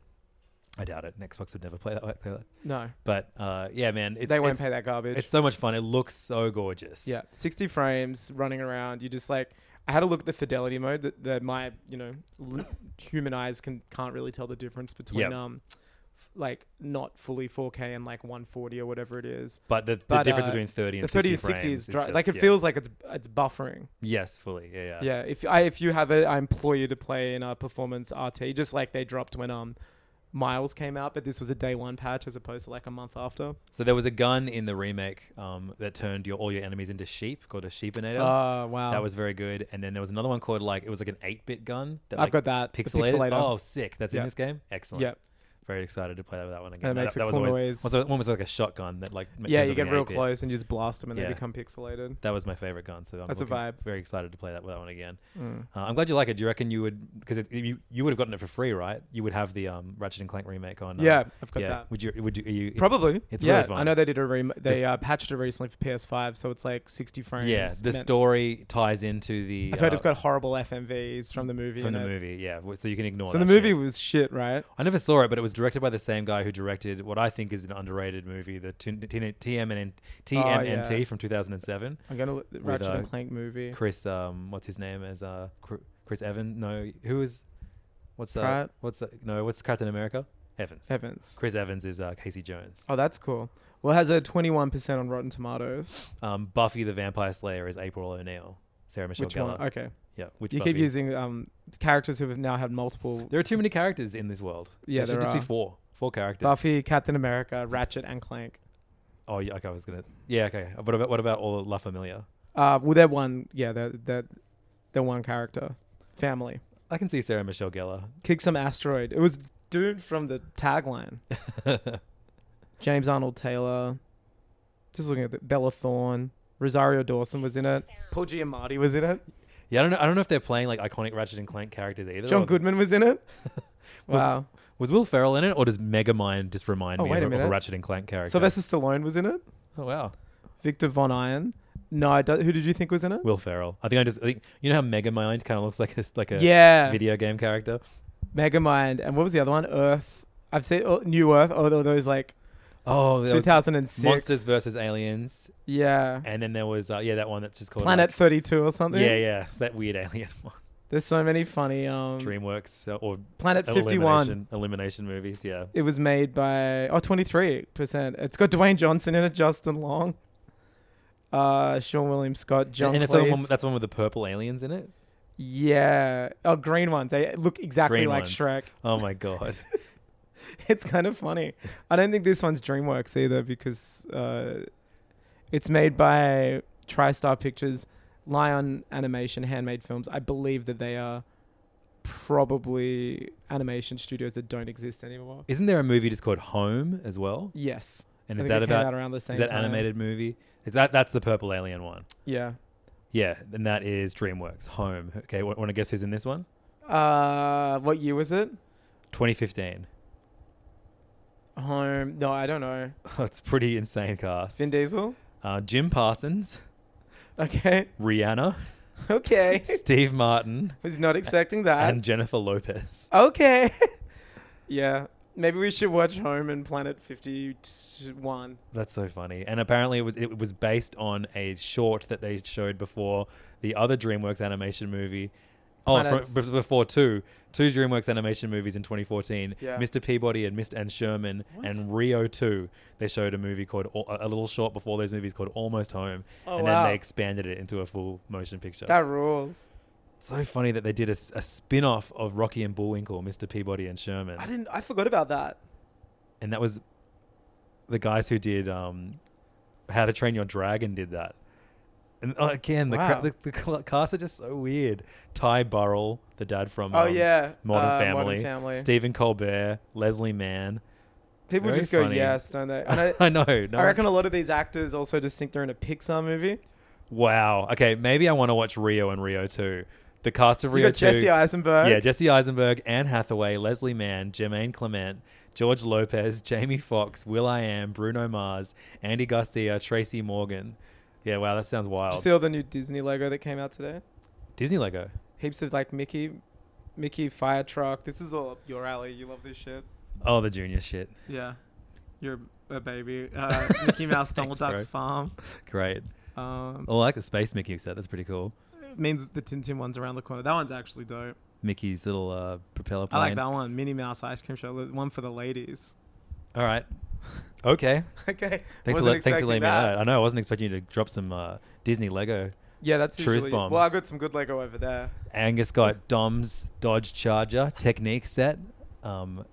I doubt it. Xbox would never play that. Play that.
No,
But uh, yeah, man, it's,
they won't
it's-
pay that garbage.
It's so much fun. It looks so gorgeous.
Yeah, 60 frames running around. You just like I had a look at the fidelity mode that, that my you know l- human eyes can can't really tell the difference between
Yep.
um f- like not fully 4K and like 140 or whatever it is.
But the, the
But,
difference
uh,
between thirty
The
and
30
60
and 60
frames
is dry.
just-
like it
yeah.
feels like it's it's buffering.
Yes, fully. Yeah, yeah.
yeah, if I if you have it, I implore you to play in a performance RT, just like they dropped when um Miles came out, but this was a day one patch as opposed to like a month after.
So there was a gun in the remake um, that turned your all your enemies into sheep called a sheepinator.
Oh wow,
That was very good. And then there was another one called like it was like an eight bit gun. That,
I've
like,
got that, the
pixelated.
pixelator.
Oh, sick! That's
Yeah.
in this game. Excellent.
yeah.
very excited to play that, that one again.
makes a
that was
cool
always,
noise.
Was almost like a shotgun that like m-
yeah,
turns
you
into
get
an
real
8-bit.
close and you just blast them and
Yeah.
they become pixelated.
That was my favorite gun, so I'm
That's a
looking-
vibe. Mm.
Very excited to play that, that one again. Uh, I'm glad you like it. Do you reckon you would because you you would have gotten it for free, right? You would have the um, Ratchet and Clank remake on. uh,
Yeah, I've got
yeah.
that.
Would you? Would you? Are you
Probably.
It's
yeah,
really fun.
I know they did a rem-
This-
they uh, patched it recently for PS5, so it's like 60 frames.
Yeah, the
Man,
story ties into the.
I've heard
uh,
it's got horrible FMVs from the movie.
from
in
the
it.
movie. Yeah, w- so you can ignore.
So the
that
movie
shit.
was shit, right?
I never saw it, but it was directed by the same guy who directed what I think is an underrated movie, the T- T- TMNT
Oh, yeah.
TMNT from 2007.
I'm gonna look, Ratchet
uh,
and Clank movie.
Chris, um, what's his name? As uh, Cr- Chris Evans? No, who is? What's uh,
Pratt?
What's uh, no? What's Captain America? Evans.
Heavens.
Chris Evans is uh, Casey Jones.
Oh, that's cool. Well, it has a 21% on Rotten Tomatoes.
Um, Buffy the Vampire Slayer is April O'Neil. Sarah Michelle
Which
Gellar.
one? Okay.
Yeah, which
You
Buffy?
keep using um, characters who have now had multiple.
There are too many characters in this world.
Yeah,
there should
there
just be
are.
four. Four characters.
Buffy, Captain America, Ratchet, and Clank.
Oh, yeah. Okay, I was gonna. Yeah, okay. What about what about all La Familia?
Uh, well, they're one. Yeah, they're, they're, they're one character. Family.
I can see Sarah Michelle Gellar.
Kick some asteroid. It was doomed from the tagline. James Arnold Taylor. Just looking at the Bella Thorne. Rosario Dawson was in it. Paul Giamatti was in it.
Yeah, I don't know. I don't know if they're playing like iconic Ratchet and Clank characters either.
John
or-
Goodman was in it. wow.
Was Will Ferrell in it, or does Megamind just remind
Oh,
me
wait
of a,
a
of a
minute.
Ratchet and Clank character?
Sylvester Stallone was in it.
oh wow,
Victor Von Iron. No, I don't- who did you think was in it?
Will Ferrell. I think I just I think you know how Megamind kind of looks like a like a
Yeah.
video game character.
Megamind. And what was the other one? Earth. I've seen oh, New Earth. Oh, there- there was like
Oh, there was
2006.
Monsters versus Aliens,
Yeah.
and then there was uh, yeah that one that's just called
Planet
like-
32 or something.
yeah, yeah, it's that weird alien one.
There's so many funny. Um,
DreamWorks uh, or
Planet 51.
elimination, elimination movies. Yeah,
It was made by oh 23%. It's got Dwayne Johnson in it, Justin Long, uh, Sean William Scott, John
and it's the
Cleese.
one, that's the one with the purple aliens in it.
yeah. Oh, green ones. They look exactly
Green
like
ones.
Shrek.
Oh my god.
It's kind of funny. I don't think this one's DreamWorks either because uh, it's made by TriStar Pictures, Lion Animation, Handmade Films. I believe that they are probably animation studios that don't exist anymore.
Isn't there a movie just called Home as well?
Yes.
And
I
is
think
that
it came
about
out around the same
is that
time.
animated movie? Is that that's the purple alien one?
Yeah.
Yeah, and that is DreamWorks Home. Okay, want to guess who's in this one?
Uh, what year was it?
2015.
Home. No, I don't know.
Oh, it's pretty insane cast.
Vin Diesel.
Uh, Jim Parsons,
Okay.
Rihanna,
Okay.
Steve Martin,
Was not expecting that.
and Jennifer Lopez.
okay. yeah. Maybe we should watch Home and Planet 51.
That's so funny. And apparently, it was, it was based on a short that they showed before the other DreamWorks animation movie. Oh, fro-
Planets.
b before two, two DreamWorks animation movies in 2014,
Yeah.
Mr. Peabody and Mr. and Sherman and Rio 2. They showed a movie called Al- a little short before those movies called Almost Home,
Oh,
and
wow.
then they expanded it into a full motion picture.
That rules.
It's so funny that they did a, s- a spin off of Rocky and Bullwinkle, Mr. Peabody and Sherman,
I didn't. I forgot about that.
and that was the guys who did um, How to Train Your Dragon did that. And uh, again, the,
Wow.
cra- the, the cl- cast are just so weird. Ty Burrell, the dad from
Oh,
um,
yeah,
Modern,
uh,
Family,
Modern Family.
Stephen Colbert, Leslie Mann.
People
Very
just go
funny.
yes, don't they? And
I,
I,
know. no
I
one-
reckon a lot of these actors also just think they're in a Pixar movie.
wow. Okay, maybe I want to watch Rio and Rio 2. The cast of
You
Rio
got
2.
Jesse Eisenberg.
Yeah, Jesse Eisenberg, Anne Hathaway, Leslie Mann, Jermaine Clement, George Lopez, Jamie Foxx, Will I Am, Bruno Mars, Andy Garcia, Tracy Morgan. Yeah, wow, that sounds
Did
wild.
you see all the new Disney Lego that came out today?
Disney Lego.
Heaps of like Mickey, Mickey fire truck. This is all up your alley. You love this shit.
Oh, the junior shit.
Yeah, you're a baby. Uh, Mickey Mouse,
Thanks,
Donald Duck's
bro.
farm.
Great.
Um,
Oh, I like the space Mickey set. That's pretty cool.
it means the Tintin one's around the corner. That one's actually dope.
Mickey's little uh, propeller
I
plane.
like that one. Minnie Mouse ice cream show. The One for the ladies.
All right. Okay.
okay.
Thanks for,
wasn't
le- thanks for
expecting
letting me know. that. I know I wasn't expecting you to drop some uh, Disney Lego.
Yeah, that's
Truth
usually.
bombs.
Well, I've got some good Lego over there.
Angus got Dom's Dodge Charger technique set, um,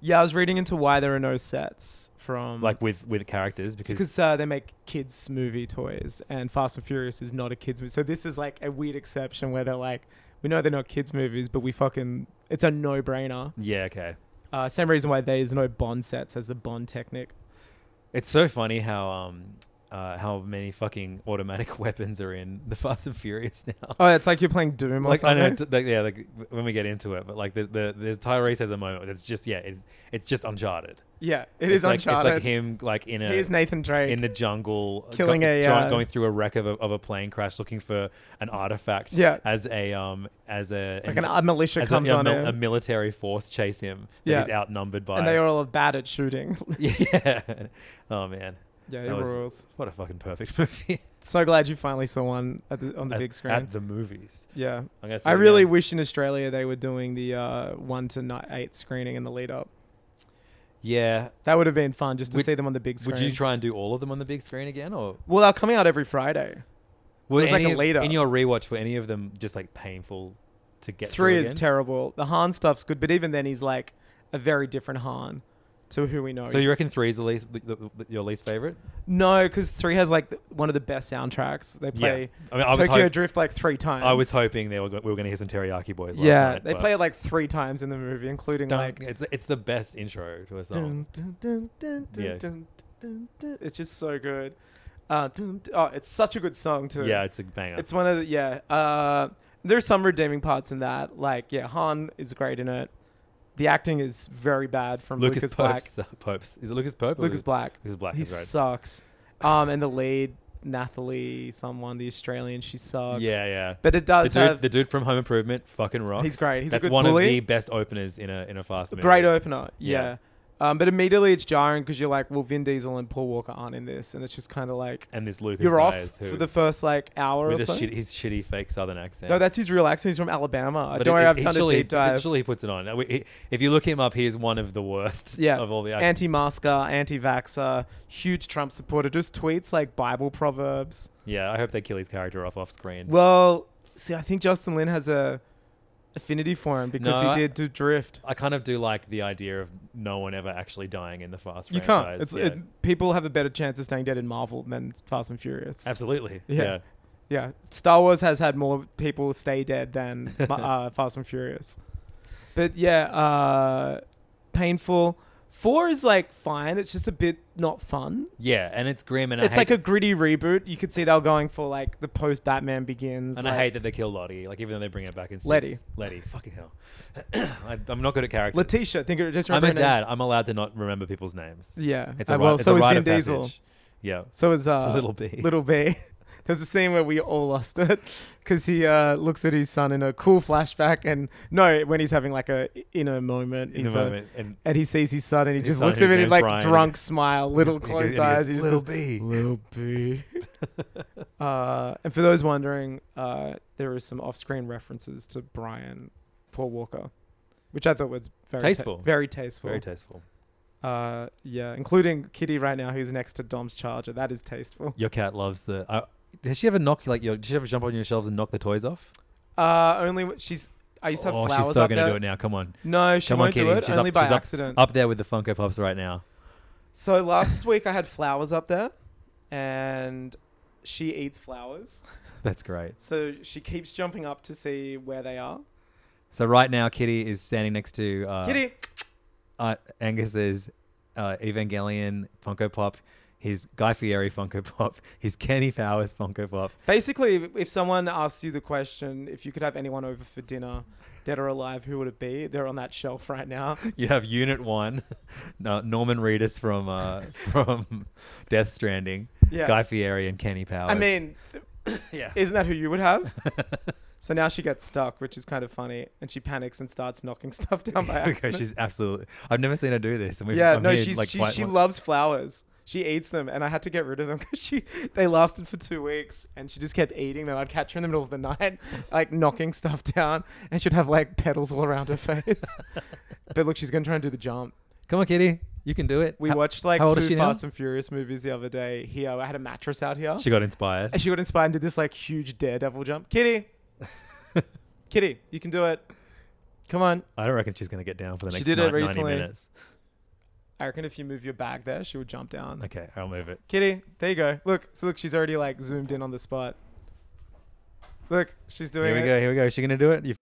Yeah, I was reading into why there are no sets from
like with with characters because
because uh, they make kids movie toys, and Fast and Furious is not a kids movie. So this is like a weird exception where they're like, we know they're not kids movies, but we fucking it's a no brainer.
yeah, okay.
Uh, same reason why there's no Bond sets as the Bond Technic.
It's so funny how um uh, how many fucking automatic weapons are in the Fast and Furious now.
Oh, it's like you're playing Doom or
like I
something.
know, t- like, yeah, like when we get into it, but like the the there's Tyrese has a moment that's just yeah, it's it's just Uncharted.
yeah,
it's
it is
like,
Uncharted.
It's like him like in a
Here's Nathan Drake.
in the jungle,
Killing
go-
a,
try-
uh,
going through a wreck of a, of a plane crash, looking for an artifact.
Yeah.
as a um as a
like an, a militia
as a,
comes
a
on
mil-
in,
a military force chase him. that
Yeah.
he's outnumbered by.
and they all are bad at shooting.
yeah. Oh man.
yeah,
That
it
was-
rules.
What a fucking perfect movie.
So glad you finally saw one at the, on the
At-
big screen.
At the movies.
yeah,
I'm gonna say
I
it
really
again.
wish in Australia they were doing the uh, one to ni- eight screening in the lead up.
Yeah.
That would have been fun just to
Would-
see them on the big screen.
Would you try and do all of them on the big screen again, or
Well, they're coming out every Friday.
were
There's like
any
a
of-
lead
in
up.
your rewatch? Were any of them just like painful to get?
Three
through
is
again?
terrible. The Han stuff's good, but even then, he's like a very different Han to who we know.
So
He's-
you reckon three is the least the, the, the- your least favorite?
no, because three has like th- one of the best soundtracks. They play
I mean, I was
Tokyo
hope-
Drift like three times.
I was hoping they were go- we were going to hear some teriyaki boys. Last
yeah,
night,
they
but
play it like three times in the movie, including
don't-
like
it's it's the best intro to a song.
Dun, dun, dun, dun, dun,
Yeah.
dun, dun, dun. It's just so good. Uh, dun, dun- oh, it's such a good song too.
Yeah, it's a banger.
it's one of the yeah. Uh, there's some redeeming parts in that. Like yeah, Han is great in it. The acting is very bad from
Lucas,
Lucas, Black.
Pope's, uh, Pope's is it Lucas Pope? or
Lucas Black.
Lucas Black
He
is right.
sucks. Um, and the lead Nathalie, someone the Australian, she sucks.
Yeah, yeah.
But it does
the dude,
have
the dude from Home Improvement fucking rocks.
He's great. He's a
That's
good
one
bully.
of the best openers in a in a fast movie.
great opener. Yeah.
Yeah.
Um, but immediately it's jarring because you're like, well, Vin Diesel and Paul Walker aren't in this, and it's just kind of like
And this Lucas
you're
guy
off
is who,
for the first like hour or
with a
so.
shit, his shitty fake Southern accent.
no, that's his real accent. He's from Alabama.
But
Don't
it-
worry,
it-
I've
he
done a
surely-
deep dive.
It surely puts it on. Uh, we- he- If you look him up, he is one of the worst.
yeah,
of all the actors.
anti-masker, anti-vaxer, huge Trump supporter, just tweets like Bible proverbs.
yeah, I hope they kill his character off off screen.
Well, see, I think Justin Lin has a affinity for him because
No,
he
I-
did do Drift.
I kind of do like the idea of no one ever actually dying in the Fast
You can't.
franchise.
It's,
Yeah.
it, people have a better chance of staying dead in Marvel than Fast and Furious.
Absolutely.
Yeah.
Yeah.
Yeah, Star Wars has had more people stay dead than uh, Fast and Furious. But yeah, uh, painful. Four is like fine. It's just a bit not fun.
Yeah, and it's grim and
it's
I hate,
like a gritty reboot. You could see they were going for like the post Batman Begins.
and I
like,
hate that they kill Lottie. Like even though they bring it back in six.
Letty.
Letty. Fucking hell. I, I'm not good at characters.
Letitia. I think it just.
I'm
remember
a
her
dad.
name's-
I'm allowed to not remember people's names.
Yeah.
It's a
Uh,
ri-
well,
it's
so
a
is
rite
Vin
of
Diesel.
passage. Yeah.
So is uh,
Little B.
Little B. There's a scene where we all lost it because he uh, looks at his son in a cool flashback, and no, when he's having like a inner moment,
In the
he's a-
moment, and
and he sees his son, and he
His
just
son,
looks at
his
him and
name's
like
Brian.
drunk smile, little
and he
closed
goes-
eyes.
and he
He
goes,
just
Little
goes,
B.
little B. uh, and for those wondering, uh, there are some off-screen references to Brian, Paul Walker, which I thought was very ta-
Tasteful.
very tasteful.
very tasteful.
uh, yeah, including Kitty right now, who's next to Dom's charger. That is tasteful.
Your cat loves the. Uh, has she ever knock like your? Did she ever jump on your shelves and knock the toys off?
Uh, only w- she's. I used to have
oh,
flowers
she's so
up
gonna
there.
do it now. Come on,
No, she
come on,
won't
Kitty.
do it.
she's
only
up,
by
she's
accident.
Up, up there with the Funko Pops right now.
So last week I had flowers up there, and she eats flowers.
That's great.
So she keeps jumping up to see where they are.
So right now, Kitty is standing next to uh,
Kitty,
Uh, Angus's uh, Evangelion Funko Pop, his Guy Fieri Funko Pop, his Kenny Powers Funko Pop.
basically, if- if someone asks you the question, if you could have anyone over for dinner, dead or alive, who would it be? They're on that shelf right now.
You have Unit One, no, Norman Reedus from uh, from Death Stranding,
Yeah.
Guy Fieri and Kenny Powers.
I mean,
yeah.
isn't that who you would have? so now she gets stuck, which is kind of funny, and she panics and starts knocking stuff down by
Okay,
accident.
she's absolutely. I've never seen her do this, and we've
yeah,
I'm
no,
here,
she's,
like
she
quite
she
long-
loves flowers. She eats them, and I had to get rid of them because she they lasted for two weeks, and she just kept eating them. I'd catch her in the middle of the night, like knocking stuff down, and she'd have like petals all around her face. but look, she's gonna try and do the jump.
Come on, Kitty, you can do it.
We
How-
watched like
how old is
two
she now?
Fast and Furious movies the other day. Here, I had a mattress out here,
She got inspired.
and she got inspired and did this like huge daredevil jump. Kitty, Kitty, you can do it. Come on.
I don't reckon she's gonna get down for the
She
next
did it
nine- 90
recently.
minutes.
I reckon if you move your bag there, she will jump down.
Okay, I'll move it.
Kitty, there you go. Look, so look, she's already like zoomed in on the spot. Look, she's
Here
doing
we
it.
go. Here we go. Is she gonna do it? You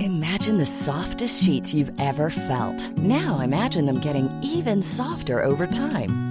Imagine the softest sheets you've ever felt. Now imagine them getting even softer over time.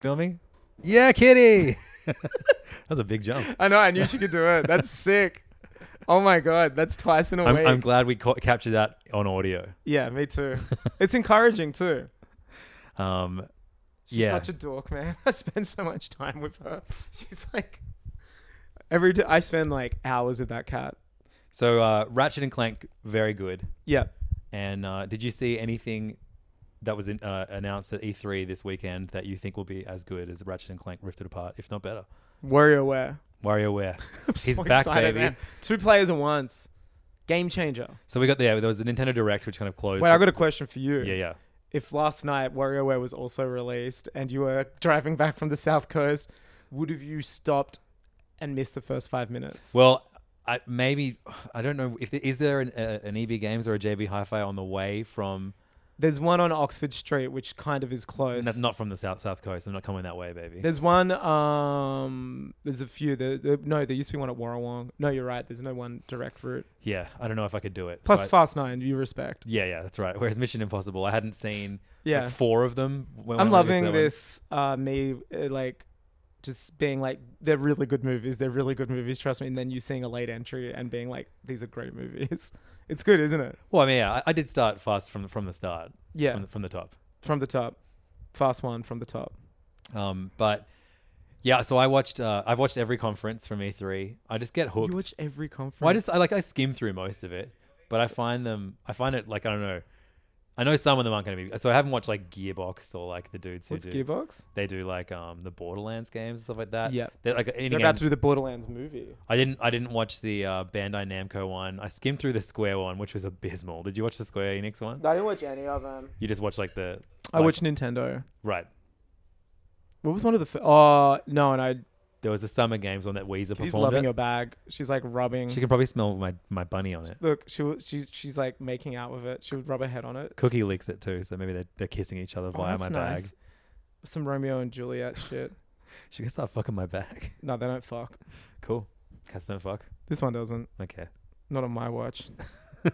Filming?
Yeah, kitty.
That was a big jump.
I know. I knew she could do it. That's sick. Oh my god, that's twice in a
I'm,
week.
I'm glad we ca- captured that on audio.
yeah, me too. It's encouraging too.
Um,
She's
yeah.
such a dork, man. I spend so much time with her. She's like every day. I spend like hours with that cat.
so uh, Ratchet and Clank, very good.
Yeah.
And uh, did you see anything that was in, uh, announced at E3 this weekend that you think will be as good as Ratchet and Clank Rifted Apart, if not better?
WarioWare.
WarioWare. He's
So
back,
excited,
baby.
man. Two players at once. Game changer.
So we got the, yeah, there was the Nintendo Direct, which kind of closed.
Wait,
the-
I got a question for you.
yeah, yeah.
If last night WarioWare was also released and you were driving back from the South Coast, would have you stopped and missed the first five minutes?
Well, I, maybe, I don't know, if there, is there an, uh, an EB Games or a JB Hi Fi on the way from,
There's one on Oxford Street, which kind of is close.
n- not from the South South Coast, I'm not coming that way, baby.
There's one. Um, there's a few. There, there, no, there used to be one at Warrawong. No, you're right. There's no one direct route.
yeah, I don't know if I could do it. So
Plus
I-
Fast Nine, you respect.
Yeah, yeah, that's right. Whereas Mission Impossible, I hadn't seen
Yeah.
like, four of them. When,
I'm
when I guess that
loving
one-
this. Uh, me uh, like just being like they're really good movies. They're really good movies. Trust me. And then you seeing a late entry and being like these are great movies. It's good, isn't it?
Well, I mean, yeah, I, I did start fast from from the start.
Yeah.
from, the- from the top.
From the top, Fast One from the top.
Um, but yeah, so I watched. Uh, I've watched every conference from E3. I just get hooked.
You watch every conference.
Why just I like I skim through most of it, but I find them. I find it like I don't know. I know some of them aren't going to be. So I haven't watched like Gearbox or like the dudes who
What's
do.
Gearbox?
They do like um the Borderlands games and stuff like that.
Yeah.
they're like any
They're
game-
about to do the Borderlands movie.
I didn't. I didn't watch the uh, Bandai Namco one. I skimmed through the Square one, which was abysmal. Did you watch the Square Enix one?
I didn't watch any of them.
You just watched like the.
I
like-
watched Nintendo.
Right.
What was one of the? F- oh no, and I.
There was the Summer Games one that Weezer
She's
performed.
loving
at.
your bag. She's like rubbing.
She can probably smell my, my bunny on it.
Look, she wa- she's she's like making out with it. She would rub her head on it.
Cookie licks it too, so maybe they're, they're kissing each other
Oh,
via my bag.
that's nice. Some Romeo and Juliet shit.
She can start fucking my bag.
No, they don't fuck.
Cool. Cats don't fuck.
This one doesn't.
Okay.
Not on my watch.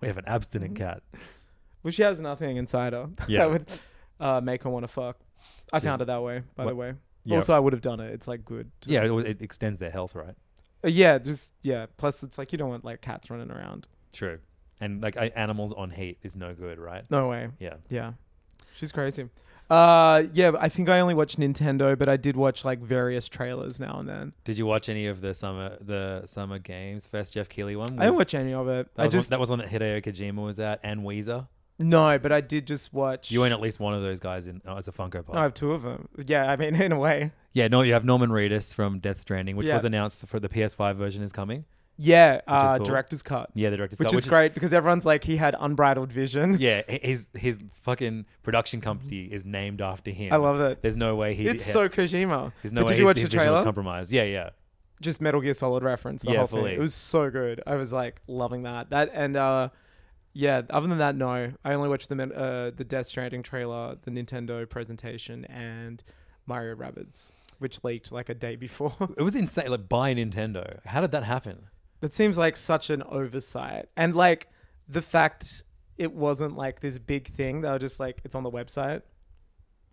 We have an abstinent
Mm-hmm.
cat.
Well, she has nothing inside her
Yeah.
that would uh, make her want to fuck. I found it that way, by the
What-
way.
Yeah.
Also, I would have done it. It's like good. to-
Yeah, it, al- it extends their health, right?
Uh, yeah, just yeah. Plus, it's like you don't want like cats running around.
True. And like I, animals on heat is no good, right?
No way.
Yeah.
Yeah, she's crazy. Uh, yeah. I think I only watched Nintendo, but I did watch like various trailers now and then.
Did you watch any of the summer the summer games first Jeff Keighley one?
I didn't
with-
watch any of it.
Mm. That
I
was one-
just
that was one that Hideo Kojima was at and Weezer.
no, but I did just watch.
You own at least one of those guys in oh, as a Funko Pop.
No, I have two of them. Yeah, I mean, in a way.
yeah, no, you have Norman Reedus from Death Stranding, which
Yeah.
was announced for the PS5 version is coming.
Yeah, uh,
cool.
director's cut.
Yeah, the director's
which
cut,
is
which is-
great because everyone's like he had unbridled vision.
Yeah, h- his his fucking production company is named after him.
I love it.
There's no way he.
it's
he-
so Kojima.
There's no
But
way
did you watch
his, his
the
vision was
trailer?
compromised. Yeah, yeah.
just Metal Gear Solid reference. The
Yeah,
whole thing.
fully.
It was so good. I was like loving that. That and uh, yeah. Other than that, no. I only watched the men- uh, the Death Stranding trailer, the Nintendo presentation, and Mario Rabbids, which leaked like a day before.
It was insane. Like by Nintendo. How did that happen?
that seems like such an oversight, and like the fact it wasn't like this big thing. They were just like, it's on the website.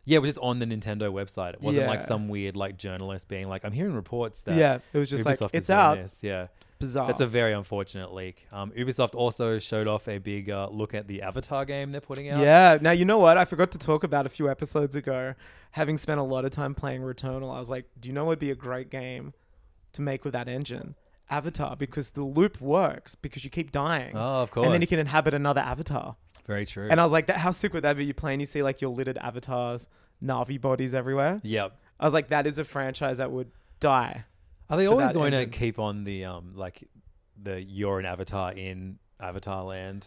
Yeah, it was just on the Nintendo website. It wasn't like
Yeah.
some weird like journalist being like, "I'm hearing reports that
Yeah, it was just like,
Ubisoft is
it's
doing
out.
This. Yeah,
Bizarre.
that's a very unfortunate leak. Um, Ubisoft also showed off a big uh, look at the Avatar game they're putting out.
Yeah. Now you know what I forgot to talk about a few episodes ago. Having spent a lot of time playing Returnal, I was like, "Do you know what'd be a great game to make with that engine? Avatar, because the loop works because you keep dying.
Oh, of
And then you
course.
can inhabit another avatar.
very true.
And I was like, "That how sick would that be? You play and you see like your littered avatars, Navi bodies everywhere.
yep.
I was like, that is a franchise that would die.
Are they
for
always
that
going
engine.
to keep on the um like the you're an Avatar in Avatar Land?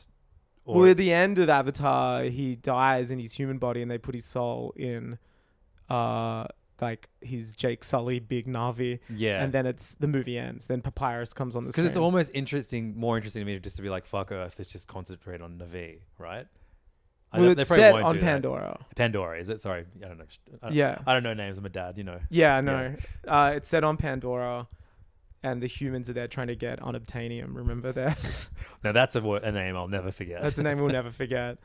Or
well, at the end of Avatar, he dies in his human body, and they put his soul in, uh, like his Jake Sully big Navi.
Yeah.
and then it's the movie ends. Then Papyrus comes on the
because
screen.
it's almost interesting, more interesting to me just to be like, "Fuck Earth," let's just concentrate on Navi, right? I
well,
don't- they
it's
probably
set
won't
on
do that.
Pandora.
Pandora, is it? Sorry, I don't know. I don't,
Yeah.
I don't know names. I'm a dad, you know.
Yeah, I know. Uh, it's set on Pandora, and the humans are there trying to get unobtainium. Remember that?
Now that's a, wo- a name I'll never forget.
That's a name we'll never forget.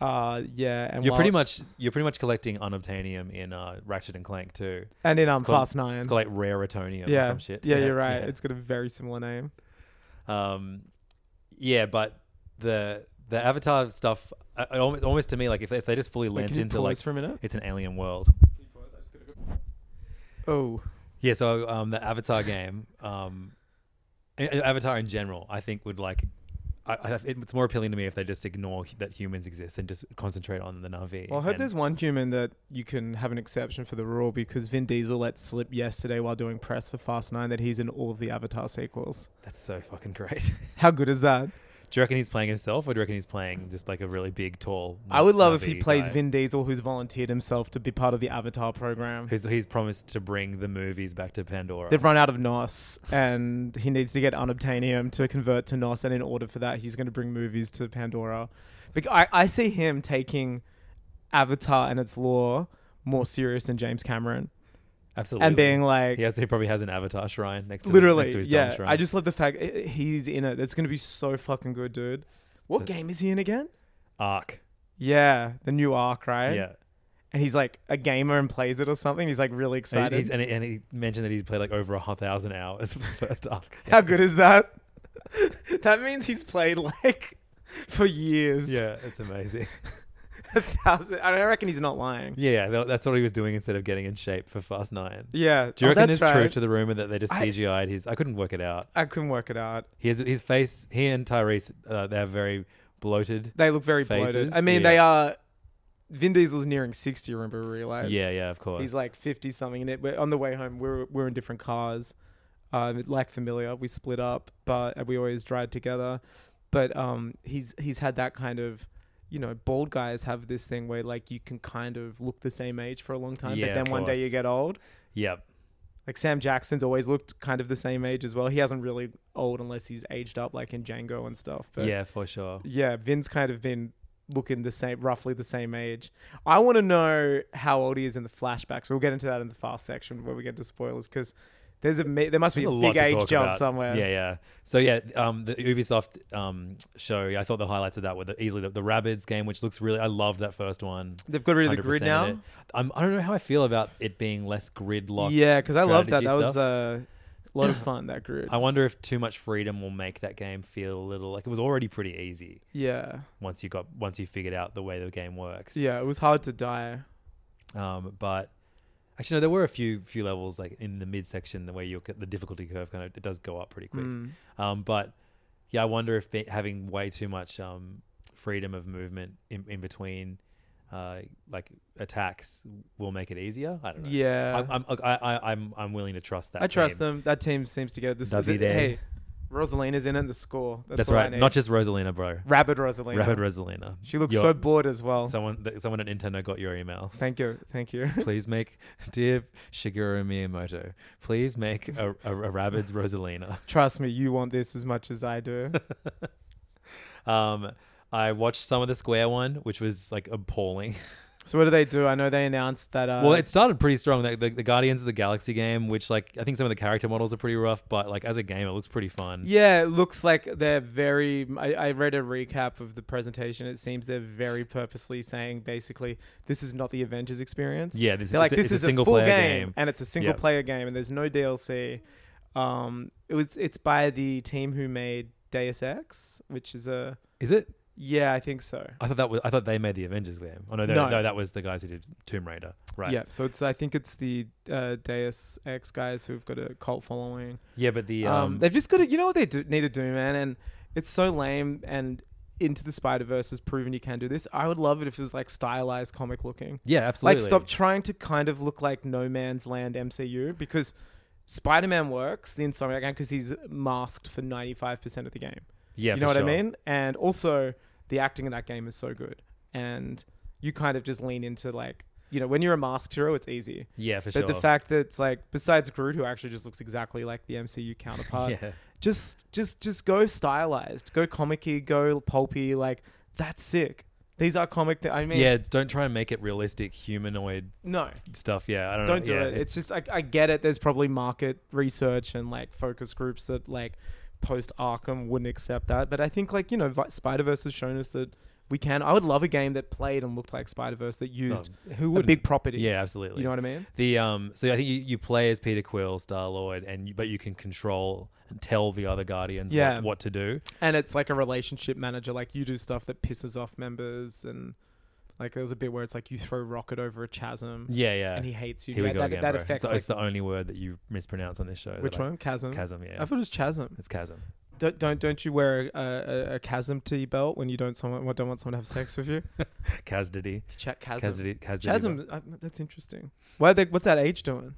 Uh, yeah, and
You're
while-
pretty much you're pretty much collecting unobtainium in uh, Ratchet and Clank too.
and in um,
It's called-
Fast Nine.
It's called like raritonium
yeah,
or some shit.
yeah, you're right.
yeah.
It's got a very similar name.
Um, yeah, but the the Avatar stuff, uh, it almost, almost to me, like if, if they just fully
Wait,
lent
can you
into
pause
like
for a minute?
it's an alien world.
Oh,
Yeah, so um, the Avatar game, um, a- a- Avatar in general, I think would like. I, I, it- it's more appealing to me if they just ignore hu- that humans exist and just concentrate on the Navi.
Well, I hope
and-
there's one human that you can have an exception for the rule because Vin Diesel let slip yesterday while doing press for Fast Nine that he's in all of the Avatar sequels.
That's so fucking great.
How good is that?
Do you reckon he's playing himself, or do you reckon he's playing just like a really big, tall?
I would love if he
Navi
plays
guy?
Vin Diesel, who's volunteered himself to be part of the Avatar program.
Who's he's promised to bring the movies back to Pandora?
They've run out of NOS, and he needs to get unobtainium to convert to NOS. And in order for that, he's going to bring movies to Pandora. Bec- I, I see him taking Avatar and its lore more serious than James Cameron,
Absolutely.
and being like,
he, has, he probably has an Avatar shrine next to the- next to
Literally,
his
yeah.
dumb shrine.
I just love the fact i- i- he's in it. That's going to be so fucking good, dude. What game is he in again?
arc.
Yeah, the new arc, right?
Yeah.
And he's like a gamer and plays it or something. He's like really
And
excited.
he, he's- and, he, and he mentioned that he's played like over a thousand hours of the first arc.
How good is that? that means he's played like for years.
Yeah, it's amazing.
a thousand. I don't- I reckon he's not lying. Yeah.
Yeah, tha- that's what he was doing instead of getting in shape for Fast Nine. Do you
Oh,
reckon
that's
it's
right.
true to the rumor that they just
I-
CGI'd his? I couldn't work it out.
I couldn't work it out.
He has, his face. He and Tyrese, uh, they're very bloated.
They look very bloated.
Faces,
I mean,
yeah.
they are. Vin Diesel's nearing sixty. Remember, we realized.
Yeah, yeah, of course.
He's like fifty something, and it, we're, on the way home, we're we're in different cars. Um, like familiar, we split up, but and we always drive together. But um, he's he's had that kind of, you know, bald guys have this thing where like you can kind of look the same age for a long time,
Yeah,
but
of
then one day
course.
you get old.
yep.
Like Sam Jackson's always looked kind of the same age as well. He hasn't really old unless he's aged up, like in Django and stuff. But
yeah, for sure.
yeah, Vin's kind of been looking the same, roughly the same age. I want to know how old he is in the flashbacks. We'll get into that in the fast section where we get to spoilers because there's a ma- there must be a,
There's lot
big
to
age
talk
jump
about.
somewhere.
Yeah, yeah. So yeah, um, the Ubisoft um, show. yeah, I thought the highlights of that were the, easily the, the Rabbids game, which looks really. I loved that first one.
They've got rid of the grid
100% of
now?
it. Um, I don't know how I feel about it being less grid locked.
yeah, because I love that. That was
Uh,
a lot of fun. That group.
I wonder if too much freedom will make that game feel a little like it was already pretty easy
yeah,
once you got once you figured out the way the game works.
yeah, it was hard to die.
Um, but actually, no, there were a few few levels like in the mid section the way you the difficulty curve kind of it does go up pretty quick.
Mm.
Um, but yeah, I wonder if be, having way too much um, freedom of movement in, in between uh, like attacks will make it easier. I don't know.
Yeah.
I, I'm I, I, I'm I'm willing to trust that.
I trust
team.
them. That team seems to get this.
Davide.
Hey, Rosalina's in it. The score. That's,
That's
all I
right.
need.
Not just Rosalina, bro.
Rabid Rosalina.
Rapid Rosalina.
She looks
Your-
so bored as well.
Someone, th- someone at Nintendo got your emails.
Thank you. Thank you.
Please make, dear Shigeru Miyamoto, please make a, a, a Rabbids Rosalina.
Trust me, you want this as much as I do.
Um, I watched some of the Square one, which was like appalling.
so what do they do? I know they announced that. Uh,
well, it started pretty strong. The, the, the Guardians of the Galaxy game, which like I think some of the character models are pretty rough, but like as a game, it looks pretty fun.
Yeah, it looks like they're very. I, I read a recap of the presentation. It seems they're very purposely saying basically this is not the Avengers experience.
Yeah, this-
they're like
it's a- it's
this
a
is a,
single
full
player
game,
game."
and it's a single
Yep.
player game, and there's no DLC. Um, it was it's by the team who made Deus Ex, which is a
Is it?
yeah, I think so.
I thought that was. I thought they made the Avengers game. Oh no, they,
No.
no, that was the guys who did Tomb Raider. Right.
Yeah, so it's I think it's the uh, Deus Ex guys who've got a cult following.
Yeah, but the
Um,
um,
they've just got to, you know what they do, need to do, man. And it's so lame. And Into the Spider Verse has proven you can do this. I would love it if it was like stylized comic looking.
yeah, absolutely.
Like, stop trying to kind of look like No Man's Land MCU because Spider Man works, the Insomniac Gang, because he's masked for 95% of the game.
Yeah,
you
for
know what
sure.
I mean? And also, the acting in that game is so good. And you kind of just lean into like, you know, when you're a masked hero, it's easy.
Yeah, for
But the
sure.
fact that it's like, besides Groot, who actually just looks exactly like the MCU counterpart,
Yeah.
just, just, just go stylized, go comic-y, go pulpy. Like that's sick. These are comic. Th- I mean,
Yeah, don't try and make it realistic humanoid
no,
stuff. Yeah, I don't.
don't
know.
do
Uh, Yeah,
it. It's just I, I get it. There's probably market research and like focus groups that like post Arkham wouldn't accept that. But I think like you know Spider Verse has shown us that we can. I would love a game that played and looked like Spider Verse that used
who
a
wouldn't?
big property.
Yeah, absolutely.
You know what I mean?
The um, so I think you, you play as Peter Quill, Star Lord, and you, but you can control and tell the other Guardians
Yeah.
what, what to do.
And it's like a relationship manager. Like you do stuff that pisses off members and. Like there was a bit where it's like you throw rocket over a chasm.
Yeah, yeah.
And he hates you.
Here we
That-
go
that-
again,
that
bro.
affects,
So it's
like-
the only word that you mispronounce on this show.
Which
that I-
one? Chasm.
Chasm. Yeah,
I thought it was chasm.
it's chasm.
Don't don't, don't you wear a, a, a chasm T belt when you don't someone don't want someone to have sex with you?
Chasdity.
Ch- chasm.
Chasdity. Chasdity.
Chasm. uh, that's interesting. Why are they, what's that age doing?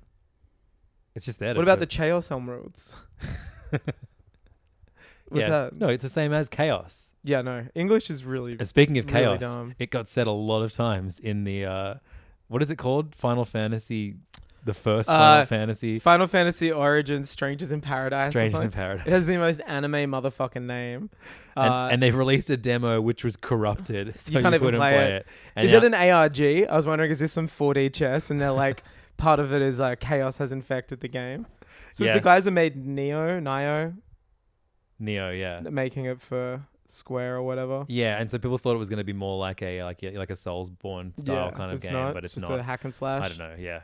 It's just there.
What about the Chaos Emeralds? What's that?
No, it's the same as chaos.
Yeah, no. English is really.
And speaking of
really
chaos,
dumb.
it got said a lot of times in the uh, what is it called? Final Fantasy, the first
Uh,
Final Fantasy,
Final Fantasy Origins: Strangers in Paradise. or
Strangers in
something.
Paradise.
It has the most anime motherfucking name.
and,
uh,
and they've released a demo which was corrupted, so
you can't even
couldn't
play, it. Is
And
it
now-
an ARG? I was wondering, is this some 4D chess? And they're like, part of it is uh, chaos has infected the game. So it's
Yeah.
the guys that made Neo, Neo,
Neo? Yeah,
making it for Square or whatever.
yeah. And so people thought it was going to be more like a like yeah, like a Soulsborne style kind of game, but it's
just
not.
a hack and slash.
I don't know. Yeah,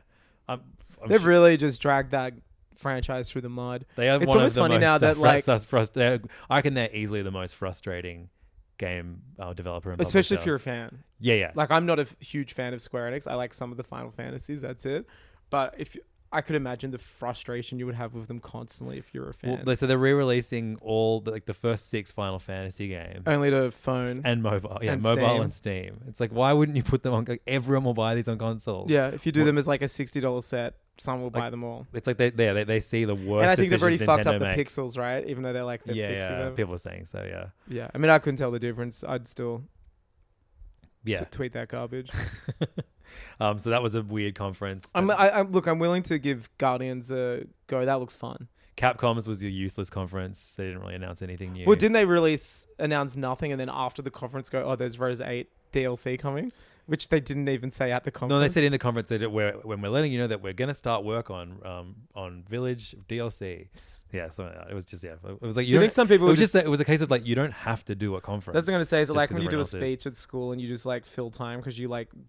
I'm, I'm
They've
su-
really just dragged that franchise through the mud.
they are
it's
one
always
of the
funny
most
now that,
frus-
like-
frus- frus- they're- I reckon they're easily the most frustrating game uh, developer, and
Especially if
publisher.
you're a fan.
yeah, yeah.
Like I'm not a f- huge fan of Square Enix. I like some of the Final Fantasies. That's it. But if I could imagine the frustration you would have with them constantly if you're a fan.
Well, they- so they're re-releasing all the, like the first six Final Fantasy games,
Only to phone.
and mobile, yeah,
and
mobile
Steam.
and Steam. It's like why wouldn't you put them on? Like, everyone will buy these on consoles.
yeah, if you do them as like a sixty dollar set, some will buy them all.
it's like they they, they, they see the worst.
And I think they've already
decisions
fucked
Nintendo
up the
make.
pixels, right? Even though they're like they're
Yeah,
fixing
yeah.
them.
People are saying so. Yeah,
Yeah, I mean, I couldn't tell the difference. I'd still
yeah.
t- tweet that garbage.
um, so that was a weird conference.
I'm,
Uh,
I, I'm look. I'm willing to give Guardians a go. That looks fun.
Capcom's was a useless conference. They didn't really announce anything new.
Well, didn't they release announce nothing and then after the conference go, oh, there's Rose Eight DLC coming, which they didn't even say at the conference.
no, they said in the conference that we're, when we're letting you know that we're going to start work on um, on Village DLC. Yeah, something like that. It was just yeah. It was like
you
don't-
think some people
It
were
was just, that it was a case of like you don't have to do a conference.
That's what I'm gonna say. Is
just
like
'cause
when you do a
everyone else is.
speech at school and you just like fill time because you like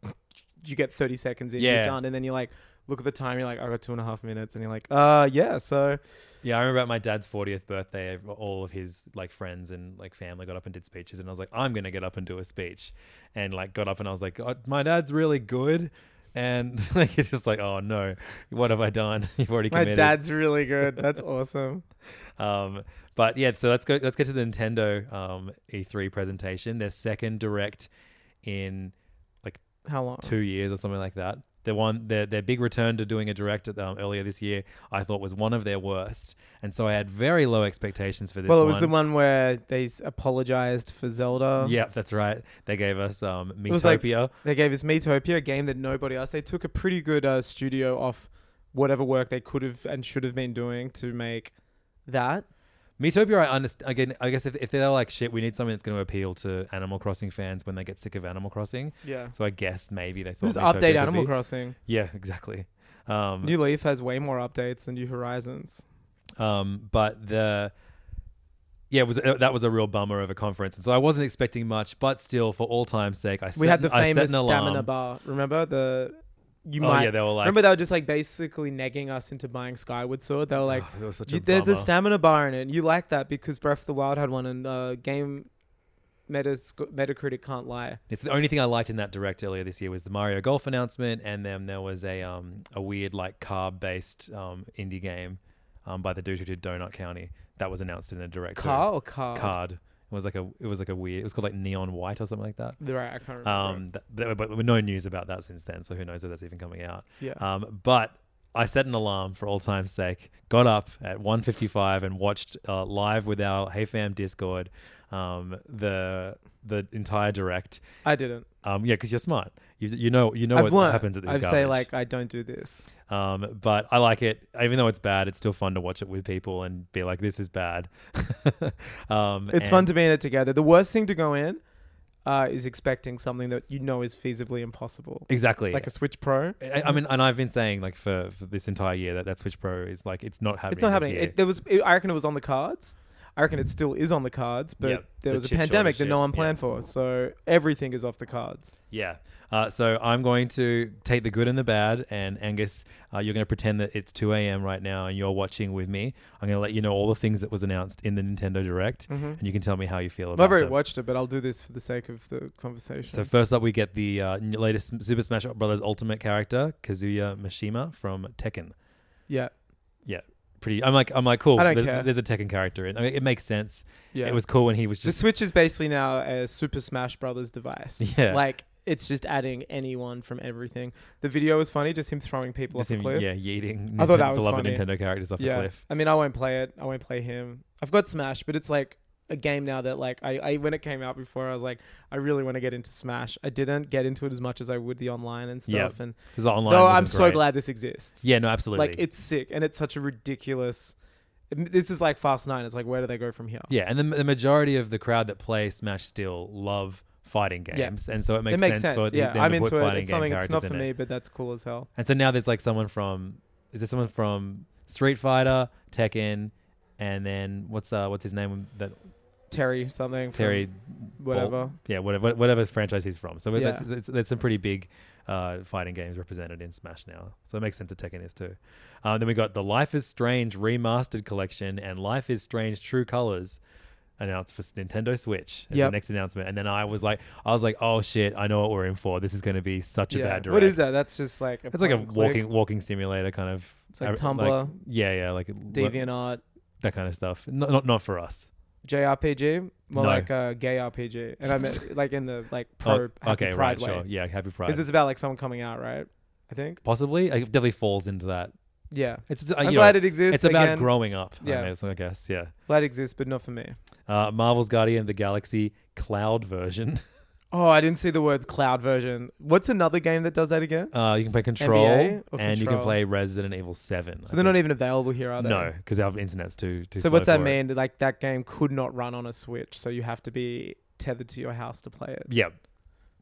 you get 30 seconds in, you're
Yeah.
done, and then you like look at the time, you're like, I got two and a half minutes, and you're like, uh, yeah. So
Yeah, I remember at my dad's 40th birthday, all of his like friends and like family got up and did speeches, and I was like, I'm gonna get up and do a speech, and like got up and I was like, oh, my dad's really good, and like it's just like, oh no, what have I done? You've already
my
committed.
dad's really good. That's awesome.
Um, but yeah, so let's go. Let's get to the Nintendo um, E3 presentation, their second direct in
How long?
two years or something like that. The one their their big return to doing a director um, earlier this year, I thought was one of their worst, and so I had very low expectations for this.
Well, it was the one where they s- apologized for Zelda.
Yep, that's right. They gave us um,
It was like-
Metopia.
they gave us Metopia, a game that nobody else. They took a pretty good uh, studio off whatever work they could have and should have been doing to make that.
Metopia, I understand. Again, I guess if, if they're like, shit, we need something that's going to appeal to Animal Crossing fans when they get sick of Animal Crossing.
Yeah.
So I guess maybe they thought
Just
Metopia could
update Animal
be-
Crossing.
Yeah, exactly. Um,
New Leaf has way more updates than New Horizons.
um, but the yeah, it was uh, that was a real bummer of a conference, and so I wasn't expecting much. But still, for all time's sake, I
We
set,
had the
I set
famous
an alarm.
stamina bar. Remember the you
Oh,
might
yeah, they were like-
remember they were just like basically negging us into buying Skyward Sword. They were like,
"Oh, it was Ah, such a
"You- "There's a
bummer."
stamina bar in it. and You like that because Breath of the Wild had one, and uh, game Metas- Metacritic can't lie."
It's the only thing I liked in that direct earlier this year was the Mario Golf announcement, and then there was a um, a weird like carb based um, indie game um, by the dude who did Donut County that was announced in a direct too.
Car or card?
card. It was like a it was like a weird. It was called like Neon White or something like that.
Right, I can't remember.
Um, th- there- but but no news about that since then, so who knows if that's even coming out.
Yeah.
Um, but I set an alarm for all time's sake. Got up at 1:55 and watched uh, live with our Hey Fam Discord um, the the entire direct.
I didn't.
Um, yeah, because you're smart. You, you know you know
I've
what
learned.
happens at these
I
garbage.
say like I don't do this.
um, but I like it. Even though it's bad, it's still fun to watch it with people and be like, "This is bad." um,
It's fun to be in it together. The worst thing to go in uh, is expecting something that you know is feasibly impossible,
exactly
like a Switch Pro.
I, I mean, and I've been saying like for, for this entire year that that Switch Pro is like it's not happening.
It's not
this
happening.
year.
It, there was, it, I reckon, it was on the cards. I reckon it still is on the cards, but
Yep,
there
the
was a
chip shortage
pandemic that
shit,
no one
yeah.
planned for, so everything is off the cards.
yeah. Uh, so I'm going to take the good and the bad, and Angus, uh, you're going to pretend that it's 2 a.m. right now, and you're watching with me. I'm going to let you know all the things that was announced in the Nintendo Direct,
Mm-hmm.
and you can tell me how you feel
I've
about
already
them.
watched it, but I'll do this for the sake of the conversation.
So first up, we get the uh, n- latest S- Super Smash Bros. Ultimate character, Kazuya Mishima from Tekken.
yeah,
Yeah, pretty. I'm like, I'm like, cool.
I don't
there's,
care.
there's a Tekken character in. I mean, it makes sense.
yeah.
It was cool when he was
the
just
Switch is basically now a Super Smash Brothers device.
Yeah.
like it's just adding anyone from everything. The video was funny, just him throwing people
Just
off
him,
the cliff.
Yeah, yeeting.
I thought that
Nintendo-
was
beloved
funny.
Nintendo characters off
Yeah.
the cliff.
I mean, I won't play it. I won't play him. I've got Smash, but it's like a game now that like I, I when it came out before, I was like, I really want to get into Smash. I didn't get into it as much as I would the online and
Yeah.
stuff. And
Because online.
though
wasn't
I'm so
great.
glad this exists.
Yeah, no, absolutely.
like it's sick, and it's such a ridiculous. This is like Fast Nine. It's like where do they go from here?
yeah, and the, the majority of the crowd that play Smash still love fighting
Yeah.
games, and so it makes,
it makes sense.
for th-
yeah,
them
I'm
to
into
put
it.
fighting
It's
game
something. It's
characters
not
in
for
it.
me, but that's cool as hell.
And so now there's like someone from is there someone from Street Fighter, Tekken, and then what's uh what's his name that
Terry something. from
Terry
whatever.
Bolt? Yeah, whatever whatever franchise he's from. So
Yeah.
that's, that's, that's some pretty big uh, fighting games represented in Smash now. So it makes sense that Tekken is too. Uh, then we got the Life is Strange remastered collection and Life is Strange True Colors announced for Nintendo Switch as
Yep.
the next announcement. And then I was like, I was like, oh shit, I know what we're in for. This is going to be such a
Yeah.
bad direct.
What is that? That's just like a
It's like a
point and click,
walking walking simulator kind of.
It's like
uh,
Tumblr.
yeah, yeah, like le-
DeviantArt
that kind of stuff. Not not, not for us.
JRPG, more
No.
like a gay RPG, and I meant like in the like pro
Oh,
Happy
okay,
Pride
right,
way.
sure. Yeah, happy pride.
Because it's about like someone coming out, right? I think.
Possibly, like, it definitely falls into that.
Yeah.
It's uh,
I'm
you
glad
know,
it exists.
It's about
again.
growing up.
Yeah.
Yeah, I, guess, I guess. Yeah,
Glad it exists, but not for me.
uh, Marvel's Guardian of the Galaxy Cloud version.
Oh, I didn't see the words cloud version. What's another game that does that again?
Uh, you can play Control,
NBA
and
or
you
Control?
can play Resident Evil Seven.
So they're not even available here, are they?
no, because our internet's too too.
So
slow
what's that
for it.
mean? That, Like that game could not run on a Switch, so you have to be tethered to your house to play it.
Yeah.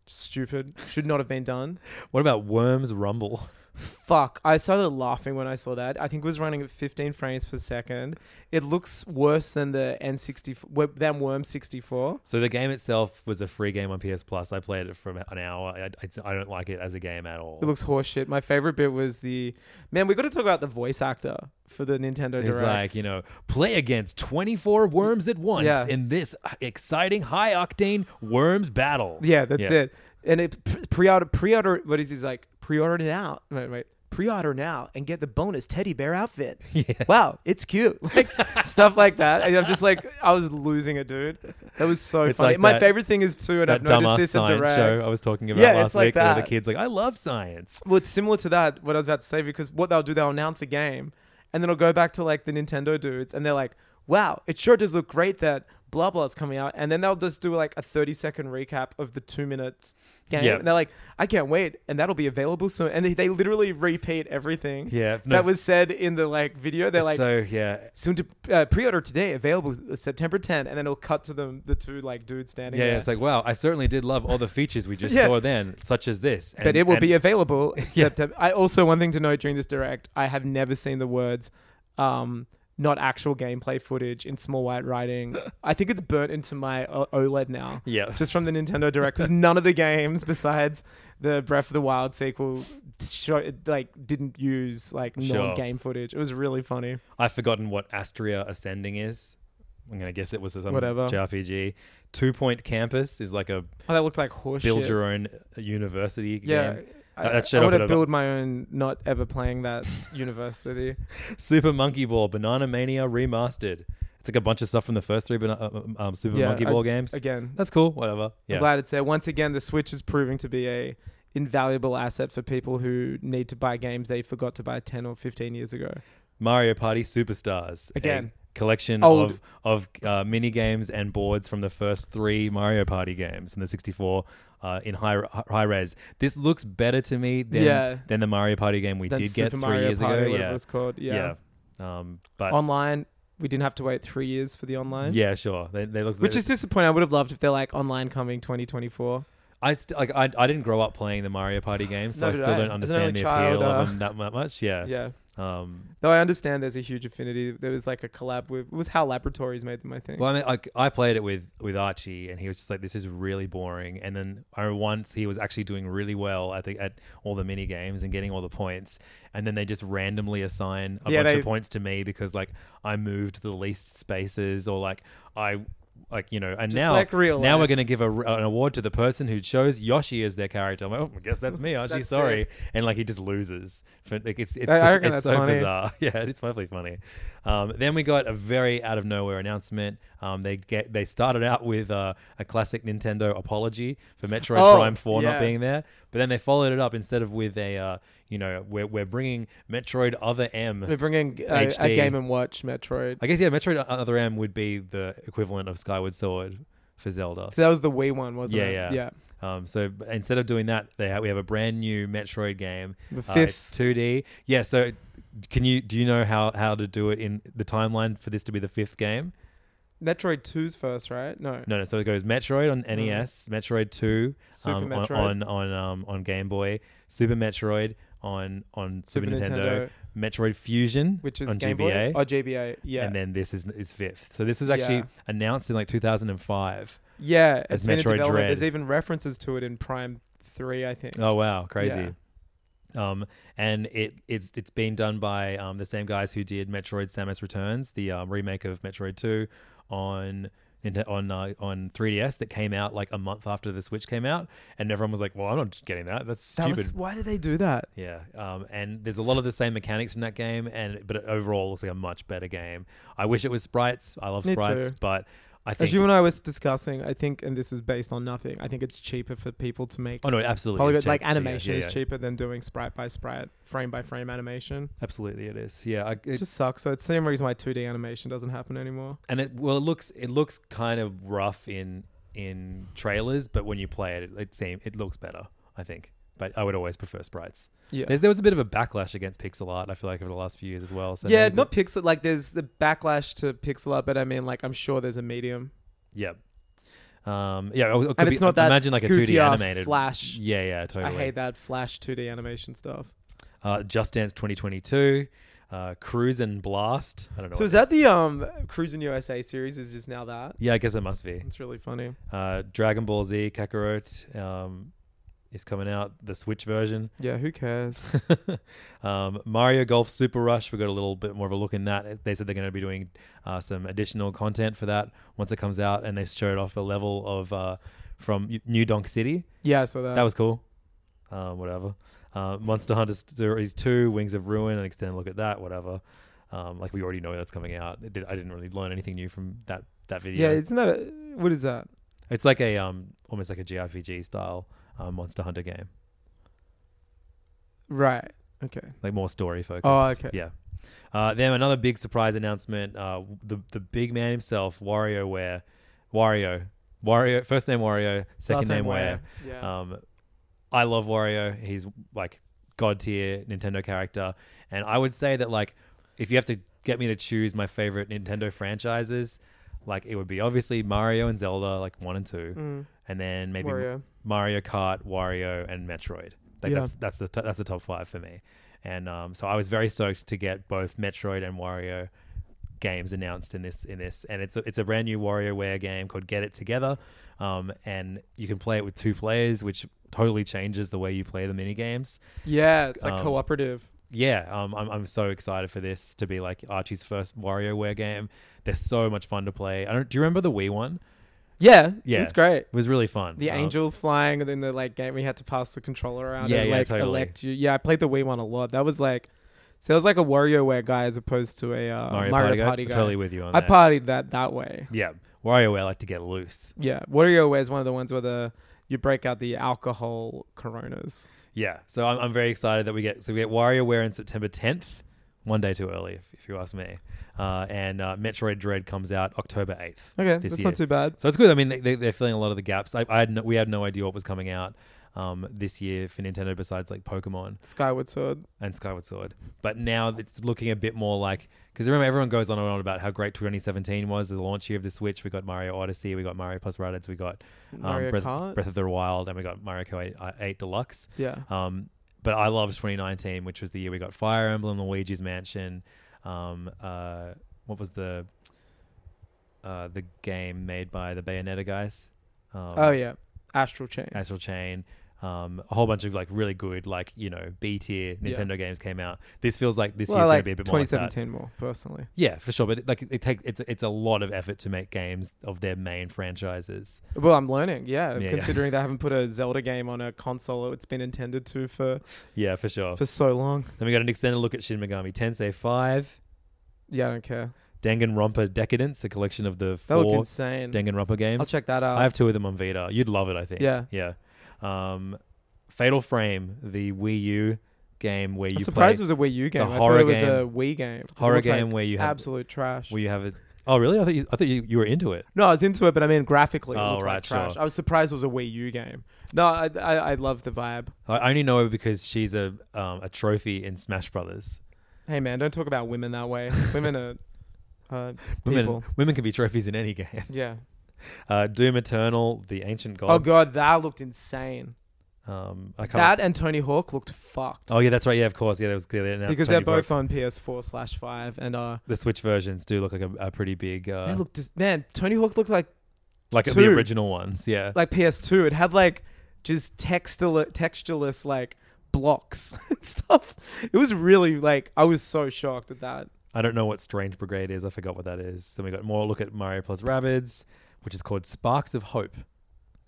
Stupid. Should not have been done.
What about Worms Rumble?
Fuck. I started laughing when I saw that. I think it was running at 15 frames per second. It looks worse than the N64, than Worm 64.
So the game itself was a free game on PS Plus. I played it for an hour. I, I, I don't like it as a game at all.
It looks horseshit. My favorite bit was the man. We got to talk about the voice actor for the Nintendo
It's
Direct.
like you know, play against twenty four worms at once
Yeah.
in this uh, exciting high octane worms battle.
Yeah, that's
Yeah.
it. And it pre-order, pre-order. What is this like? Pre-ordered it out. Wait, wait.
pre-order now and get the bonus teddy bear outfit. Wow, it's cute. Like
stuff like that. And I'm just like, I was losing it, dude. That was so
It's
funny.
like
My
that-
favorite thing is too, and
that
I've
dumb
noticed
ass
this in
science
direct.
show I was talking about
Yeah,
last
it's like
week, where the
that.
kids like, I love science.
Well, it's similar to that, what I was about to say, because what they'll do, they'll announce a game and then it'll go back to like the Nintendo dudes and they're like, wow, it sure does look great that blah blah's coming out. And then they'll just do like a 30 second recap of the two minutes game.
Yeah.
And they're like, I can't wait. And that'll be available soon. And they, they literally repeat everything
Yeah, no-
that was said in the like video. They're like,
so yeah,
soon to uh, pre-order today available september 10 and then it'll cut to them the two like dudes standing
yeah,
there.
It's like, wow, I certainly did love all the features we just
Yeah.
saw then, such as this.
but
And-
it will
and-
be available in september i also one thing to note during this direct i have never seen the words um not actual gameplay footage in small white writing i think it's burnt into my uh, O- oled now
Yeah.
just from the nintendo direct because none of the games besides the breath of the wild sequel show, like didn't use like
Sure.
non-game footage it was really funny
I've forgotten what Astria Ascending is. I'm gonna guess it was some
Whatever.
JRPG. Two Point Campus is like a
oh that looked like horseshit
build your own university
Yeah.
game.
I,
That- that shit
I
I'll
want
put
to
it
build my own, not ever playing that university.
Super Monkey Ball, Banana Mania remastered. It's like a bunch of stuff from the first three bana- um, um, Super
Yeah,
Monkey
I-
Ball games.
again.
that's cool. Whatever.
I'm
Yeah.
glad it's there. Once again, the Switch is proving to be a invaluable asset for people who need to buy games they forgot to buy 10 or 15 years ago.
Mario Party Superstars. a
Again.
collection
Old.
of of uh, mini games and boards from the first three Mario Party games in the 64 uh, in high high res. This looks better to me than
Yeah.
than the Mario Party game we
Then
did
Super
get three
Mario
years
Party,
ago.
whatever
Yeah.
it was called. Yeah.
Yeah. Um, but
Online, we didn't have to wait three years for the online.
yeah, sure. They, they look
Which is disappointing. I would have loved if they're like online coming 2024.
I st- like I, I didn't grow up playing the Mario Party game, so
Nor
I
did
still
I.
don't
As an only
understand the
child,
appeal
uh,
of them that mu- much. Yeah.
Yeah.
Um,
Though I understand there's a huge affinity. There was like a collab with, it was how laboratories made them, I think.
Well, I mean, like I played it with with Archie, and he was just like, "This is really boring." And then I remember once he was actually doing really well at the, at all the mini games and getting all the points, and then they just randomly assign a
Yeah,
bunch
they-
of points to me because like I moved the least spaces, or like I like you know, and
Just
now
like real
now
life.
we're gonna give a, an award to the person who chose Yoshi as their character. I'm like, oh, I guess that's me, Archie.
That's
sorry,
it.
and like he just loses. For, like it's it's,
I- I
such,
reckon
it's
that's
so
funny.
bizarre bizarre. Yeah, it's definitely funny. Um, then we got a very out of nowhere announcement. Um, they get they started out with uh, a classic Nintendo apology for Metroid
Oh,
Prime Four not
yeah.
being there, but then they followed it up instead of with a uh, you know we're we're bringing Metroid Other M.
They're bringing a, a
HD.
Game and Watch Metroid.
I guess yeah, Metroid Other M would be the equivalent of Skyward Sword for Zelda.
So that was the Wii one, wasn't
yeah,
it?
yeah,
yeah.
Um, so b- instead of doing that, they ha- we have a brand new Metroid game.
The
Uh,
fifth.
it's 2D. Yeah. So can you do you know how how to do it in the timeline for this to be the fifth game?
Metroid 2's first, right? No.
No, no. So it goes Metroid on NES, Metroid Two
Hmm. Super
um, on-
Metroid.
on on um, on Game Boy, Super Metroid on on Super,
Super
Nintendo, Metroid Fusion,
Which is
on
Game
GBA,
Boy? Oh, GBA. Yeah.
and then this is is fifth. So this was actually
Yeah.
announced in like 2005.
yeah,
as
it's been in
Metroid
development.
Dread.
There's even references to it in Prime 3, I think.
Oh wow, crazy. Um, and it it's it's been done by um, the same guys who did Metroid: Samus Returns, the um, remake of Metroid Two, on Ninte- on uh, on 3DS that came out like a month after the Switch came out, and everyone was like, "Well, I'm not getting that. That's
That
stupid."
was, why did they do that?
Yeah, um, and there's a lot of the same mechanics in that game, and but it overall looks like a much better game. I wish it was sprites. I love
Me
sprites,
too.
but I think
As you and I was discussing, I think, and this is based on nothing, I think it's cheaper for people to make.
oh no, absolutely,
Polygon,
it's
like
cheap, yeah,
animation
yeah, yeah.
is cheaper than doing sprite by sprite, frame by frame animation.
Absolutely, it is. Yeah, I,
It
it,
just sucks. So it's the same reason why 2D animation doesn't happen anymore.
and it well it looks it looks kind of rough in in trailers but when you play it it, it seem it looks better i think but i would always prefer sprites
Yeah.
there, there was a bit of a backlash against pixel art i feel like over the last few years as well so
yeah,
maybe-
not pixel. Like there's the backlash to pixel art, but I mean, like I'm sure there's a medium.
yeah um yeah it, it could
And
be,
it's not that
imagine like a 2d
goofy-ass
animated
Flash.
yeah yeah totally
I hate that flash 2D animation stuff.
uh just dance 2022 uh cruise and blast i don't know
So
what-
is that the um Cruising USA series? Is just now that?
yeah i guess it must be
It's really funny.
uh dragon ball z kakarot um is coming out the switch version
Yeah, who cares?
um, Mario Golf Super Rush, we got a little bit more of a look in that. They said they're going to be doing uh, some additional content for that once it comes out, and they showed off a level of uh, from New Donk City.
yeah, so that,
That was cool. Um, whatever. Uh, Monster Hunter Stories 2, Wings of Ruin, an extended look at that, whatever. Um, like we already know that's coming out. It did, I didn't really learn anything new from that that video.
Yeah, it's not. A, what is that?
It's like a um almost like a JRPG style um, Monster Hunter game,
Right. Okay.
like more story focused.
Oh, okay.
Yeah. Uh, then another big surprise announcement. Uh, the the big man himself, WarioWare, Wario, Wario, first name Wario, second
Last
name Ware.
Yeah.
Um, I love Wario. He's like god tier Nintendo character, and I would say that like if you have to get me to choose my favorite Nintendo franchises, like it would be obviously Mario and Zelda, like one and two, and then maybe
Mm. Wario.
Mario Kart, Wario, and Metroid. Like
Yeah.
that's that's the t- that's the top five for me, and um, so I was very stoked to get both Metroid and Wario games announced in this in this and it's a, it's a brand new WarioWare game called Get It Together um, and you can play it with two players which totally changes the way you play the mini games
yeah, it's like
um,
cooperative.
yeah um, I'm, I'm so excited for this to be like Archie's first WarioWare game they're so much fun to play I don't do you remember the Wii one
Yeah.
yeah.
It's great.
it was really fun
The
Um,
angels flying, and then the like game we had to pass the controller around.
Yeah,
and,
yeah,
like,
totally.
Elect you. Yeah, I played the Wii one a lot. That was like, so it was like a WarioWare guy as opposed to a uh,
Mario,
Mario,
Party,
Party,
guy?
guy.
totally with you on
I
that
partied that that way.
yeah WarioWare like to get loose
Yeah, WarioWare is one of the ones where the you break out the alcohol Coronas.
Yeah, so I'm, I'm very excited that we get so we get WarioWare in September 10th, one day too early if, if you ask me, uh, and uh, Metroid Dread comes out October 8th.
Okay,
This
that's
year.
not too bad.
So it's good. I mean, they- they, they're filling a lot of the gaps. I, I had no, we had no idea what was coming out um, this year for Nintendo besides like Pokemon
Skyward Sword.
and Skyward Sword, but now it's looking a bit more like because remember everyone goes on and on about how great 2017 was the launch year of the Switch. We got Mario Odyssey, we got Mario Plus Rabbits, we got um,
Mario
Breath,
Kart?
Breath of the Wild, and we got Mario Kart 8, 8 Deluxe.
Yeah.
Um, but I loved 2019, which was the year we got Fire Emblem, Luigi's Mansion. Um, uh, what was the uh, the game made by the Bayonetta guys? Um,
Oh yeah, Astral Chain.
Astral Chain. Um, a whole bunch of like really good, like you know, B tier
Yeah.
Nintendo games came out. This feels like this
Well, I
year's
like
gonna be a bit more. Like that.
2017 more personally.
Yeah, for sure. But like it takes it's it's a lot of effort to make games of their main franchises.
Well, I'm learning. Yeah,
Yeah, yeah.
considering they haven't put a Zelda game on a console it's been intended to for
Yeah, for sure.
for so long.
then we got an extended look at Shin Megami Tensei Five.
Yeah, I don't care.
Danganronpa Decadence, a collection of the
That looked
four
insane.
Danganronpa games.
I'll check that out.
I have two of them on Vita. You'd love it, I think.
Yeah.
yeah. Um, Fatal Frame, the Wii U game where
I'm
you play
surprised it was a Wii U
a
game. I thought
horror
it was
game.
a Wii game. 'cause it
horror
looked like
game where you have
absolute trash.
where you have it. Oh, really? I thought you I thought you, you were into it.
no, I was into it, but I mean graphically, it
Oh,
looked
right,
like trash.
sure.
I was surprised it was a Wii U game. No, I I, I love the vibe.
I only know her because she's a um, a trophy in Smash Brothers.
Hey man, don't talk about women that way. women are uh,
Women
people.
women can be trophies in any game.
Yeah.
Uh, Doom Eternal, the Ancient Gods.
Oh god, that looked insane.
Um, I can't.
That and Tony Hawk looked fucked.
oh yeah, that's right. Yeah, of course. Yeah, that was they announced
because
Tony
they're both
Hawk.
on PS4 slash five, and uh,
the Switch versions do look like a, a pretty big. Uh,
they looked dis- man. Tony Hawk looked like
like the
Two.
original ones. Yeah,
like PS2. It had like just textil textureless like blocks and stuff. It was really like I was so shocked at that.
I don't know what Strange Brigade is. I forgot what that is. Then we got more look at Mario Plus Rabbids, which is called Sparks of Hope,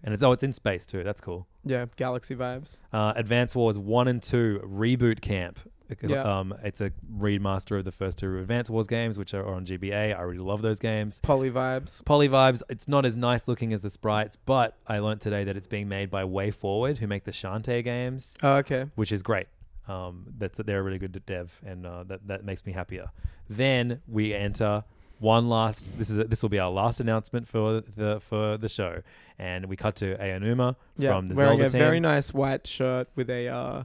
and it's oh, it's in space too. That's cool.
Yeah, Galaxy vibes.
Uh, Advance Wars One and Two Reboot Camp.
Yeah.
Um, it's a remaster of the first two Advance Wars games, which are on GBA. I really love those games.
Poly vibes.
Poly vibes. It's not as nice looking as the sprites, but I learnt today that it's being made by Way Forward, who make the Shantae games.
Oh, okay.
which is great. Um, that's they're a really good dev, and uh, that that makes me happier. Then we enter one last. This is this will be our last announcement for the for the show, and we cut to Aonuma
Yeah,
from the
wearing
Zelda
a
team.
very nice white shirt with a uh,